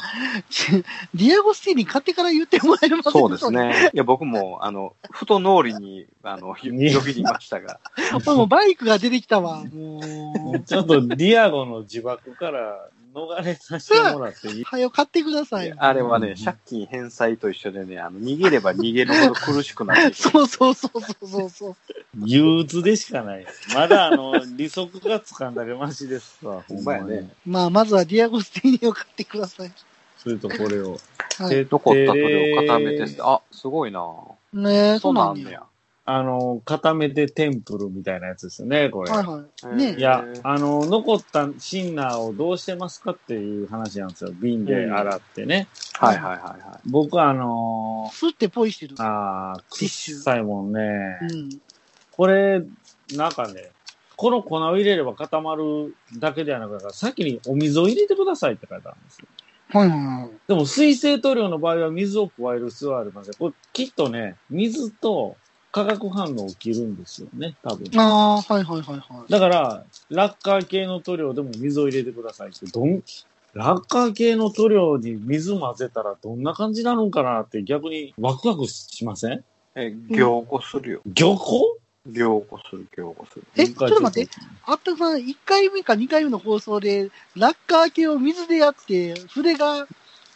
ちディアゴスティーニ買ってから言ってもらえるま
そうですね。 いや、僕も、あの、ふと脳裏に、あの、よよぎりましたが。
俺もバイクが出てきたわ。も
ちょっとディアゴの自爆から逃れさせてもらって いい
はよ、買ってください。
あれはね、借金返済と一緒でね、あの、逃げれば逃げるほど苦しくなる。
そうそうそうそうそうそう。
憂鬱でしかないです。まだあの、利息がつかんだけマシですわ。ほんまやね。
まあ、まずはディアゴスティーニを買ってください。
それとこれを。
はい
てってれー
残ったそれを固めて捨て、あ、すごいな
ねえ、そうなん
ん
だ
ねや。
あの、固めてテンプルみたいなやつですよね、これ。
はいはい。ねえ。
いや、あの、残ったシンナーをどうしてますかっていう話なんですよ。瓶で洗ってね。
はいはいはいは
僕はあの
吸ってポイしてる。
ああ、臭いもんね。
うん。
これ、なんかね、この粉を入れれば固まるだけではなく、先にお水を入れてくださいって書いてあるんですよ。
はいはいはい。
でも水性塗料の場合は水を加える必要はありません。これきっとね、水と化学反応起きるんですよね、多分。
ああ、はいはいはいはい。
だから、ラッカー系の塗料でも水を入れてくださいって、どん、ラッカー系の塗料に水混ぜたらどんな感じになるんかなって逆にワクワクしません
い。え、凝固するよ。
漁港
凝固する、凝固する。
え、ちょっと待って。あったくさん、1回目か2回目の放送で、ラッカー系を水でやって、筆が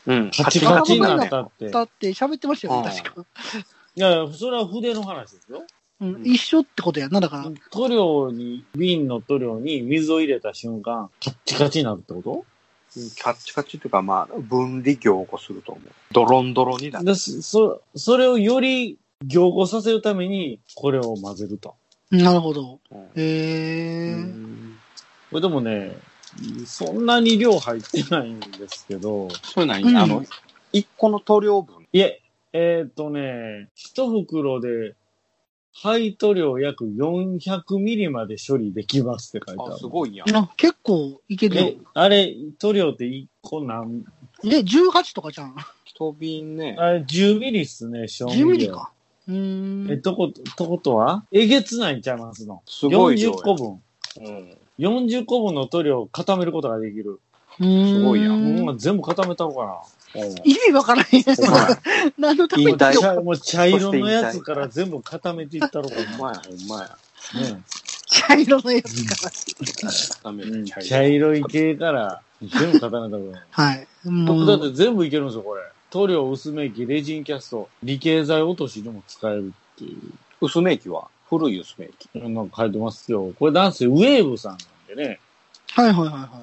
うん。
カチカチになったって。い
だって喋ってましたよね、確か。
やいや、それは筆の話ですよ。
うん、一緒ってことやな、だから。
塗料に、瓶の塗料に水を入れた瞬間、カッチカチになるってこと
カッチカチっていうか、まあ、分離凝固すると思う。ドロンドロンになる。
でそそそれをより凝固させるために、これを混ぜると。
なるほど。へえ。
これでもね、そんなに量入ってないんですけど。
そういうのは
うん
あの、一個の塗料分。
いえ、えーっ、とね、一袋で、配塗料約400ミリまで処理できますって書いてある。
あ、すごいやん。
あ結構いけるよ
え。、あれ、塗料って1個何
で、18とかじゃん。
一瓶ね。
あれ、10ミリっすね、賞味料。
10ミリか。うーん。
え、とこ、とことはえげつないんちゃいますの。
すごい量や
40個分。
うん。
40個分の塗料を固めることができる。
す
ごいやん
うん、全部固めたのか
意味わからへん。何のために
な。
痛い
茶もう茶色のやつから全部固めていったのか
ほんまや、ほんまや。
な。ね
茶色のやつか
ダメだ
茶色い系から全部固めたのかな。
ら。はい。も
僕だっ
う、
て全部いけるんですよ、これ。塗料、薄め液、レジンキャスト、理系剤落としでも使えるってい
薄め液は古い薄め液。
う、なんか書いてますよ。これ男性、ウェーブさんなんでね。
はいはいはいは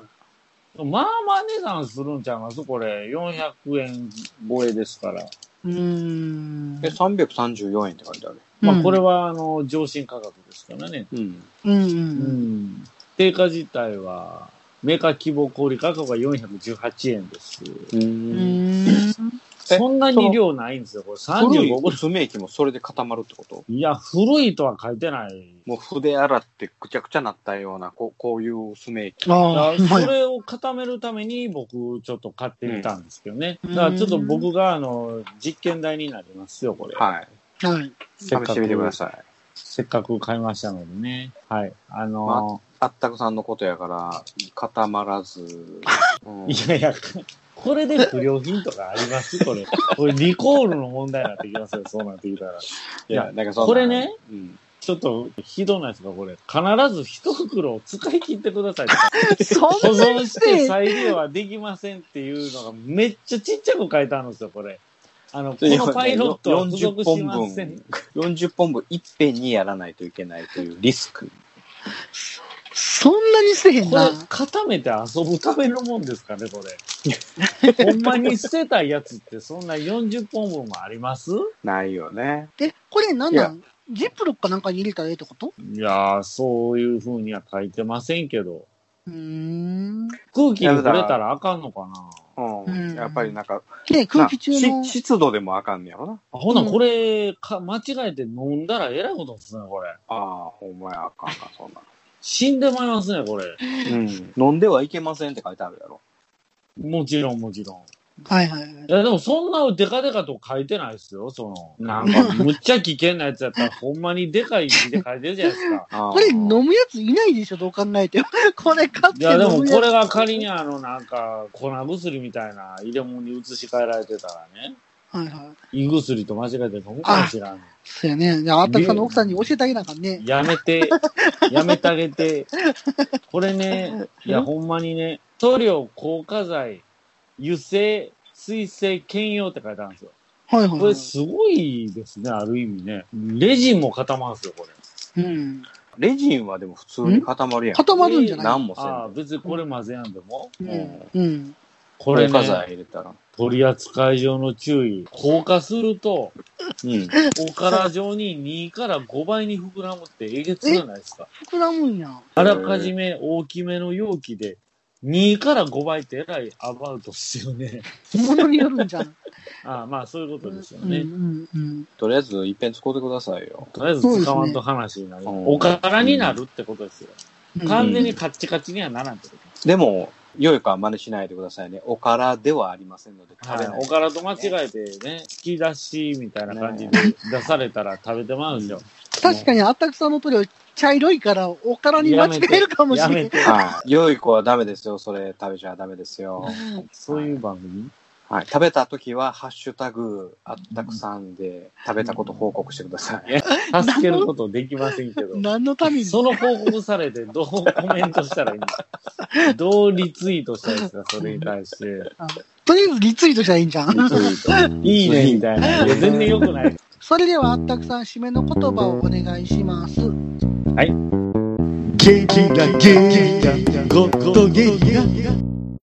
まあまあ値段するんちゃいますこれ。400円超えですから。
い。うーん。
え、334円って書いてある。
ま
う
あ、
ん
これは、あの、上進価格ですからね。
うん。
うん
う
う
んん。定価自体は、メーカー希望小売価格が418円です。
うん。うーん。
そんなに量ないんですよ、これ。
古い
35
薄め液もそれで固まるってこと
いや、古いとは書いてない。
もう筆洗ってぐちゃぐちゃなったような、こうこういう薄め液。
あ
だか
あ、ほ
ら
んまや
それを固めるために僕、ちょっと買ってみたんですけどね。
うん
だからちょっと僕が、あの、実験台になりますよ、これ。
はい。
はい。
せっ
試
か
してみてください。
せっかく買いましたのでね。はい。あのー
まあ、あったくさんのことやから、固ま らず。うん
いやいや、これで不良品とかありますこれ。これリコールの問題になってきますよ、そうなってきたら。い
いや、なんかそんな
これね、
うん。
ちょっとひどないですか、これ。必ず一袋を使い切ってください。
そんな
保
に
存して再利用はできませんっていうのがめっちゃちっちゃく書いてあるんですよ、これ。あの、このパイロットは付属
40
し
本
ません
分。、40本分いっぺんにやらないといけないというリスク。
そんなにせえへん
これ
な。
固めて遊ぶためのもんですかね、これ。ほんまに捨てたやつってそんな40本分もあります
ないよね。
え、これなんなんジップロックかなんかに入れたらええってこと
いやー、そういうふうには書いてませんけど。
うーん。
空気に触れたらあかんのかな
うん、やっぱりなんか、
ね空気中の
まあし湿度でもあかんねやろな。
あほな、これ、か、間違えて飲んだらえらいことですね、これ。
ああ、ほんまや、あかんか、そんな
死んでまいますね、これ。
の。飲んではいけませんって書いてあるやろ。
もちろん、もちろん。
はいはいはい。
いや、でもそんなデカデカと書いてないですよ、その。なんか、むっちゃ危険なやつやったら、ほんまにでかい字で書いてるじゃないですか。
これ飲むやついないでしょ、どう考えても。 これ買 っ
い
て飲
や、でも
む
これ
や
が仮にあの、なんか、粉薬みたいな入れ物に移し替えられてたらね、
つ。はいはい。
胃薬と間違えて飲むかもしれん。
そうやね。じゃあ、あったくさんの奥さんに教えてあげなあかんね。
やめ て、やめてあげて。これね、いや、ほんまにね、塗料、硬化剤、油性、水性、兼用って書いてあるんですよ。
はいはい、
これすごいですね、ある意味ね。レジンも固まるんですよ、これ。
うん。
レジンはでも普通に固まるやん。
固まるんじゃない
なんもせん。
ああ、別にこれ混ぜやんでも。
うん。うん。
これね
硬化剤入れたら。
取り扱い上の注意。硬化すると、
うん。
おから状に2から5倍に膨らむってえげつじゃない ですか。
膨らむんや。
あらかじめ大きめの容器で、2から5倍ってえらいアバウトっすよね。
ものによるんじゃん。
ああまあそういうことですよ
うん
ね。
うん
とりあえず、一遍使ってくださいよ。
とりあえず使わんと話になる。おからになるってことですよ。
うん
完全にカッチカチにはならんってこと。
でも、良いか真似しないでくださいね。おからではありませんので、食べ
は
ない
い、おからと間違えてね、突き出しみたいな感じで出されたら食べてまうんですよ。
確かにあったくさんの塗料、茶色いから、おからに間違える かもしれない。
はい。良い子はダメですよ。それ食べちゃダメですよ。
そういう番組
はい。食べた時は、ハッシュタグ、あったくさんで、食べたこと報告してください。
助けることできませんけど。
何のために
その報告されて、どうコメントしたらいいのか どうリツイートしたらいいですかそれに対して。
とりあえずリツイートしたらいいんじゃん。
いいねみたいな。いや全然良くない。
それではあったくさん、締めの言葉をお願いします。
はい。
ゲゲラゲゲラゴッドゲラ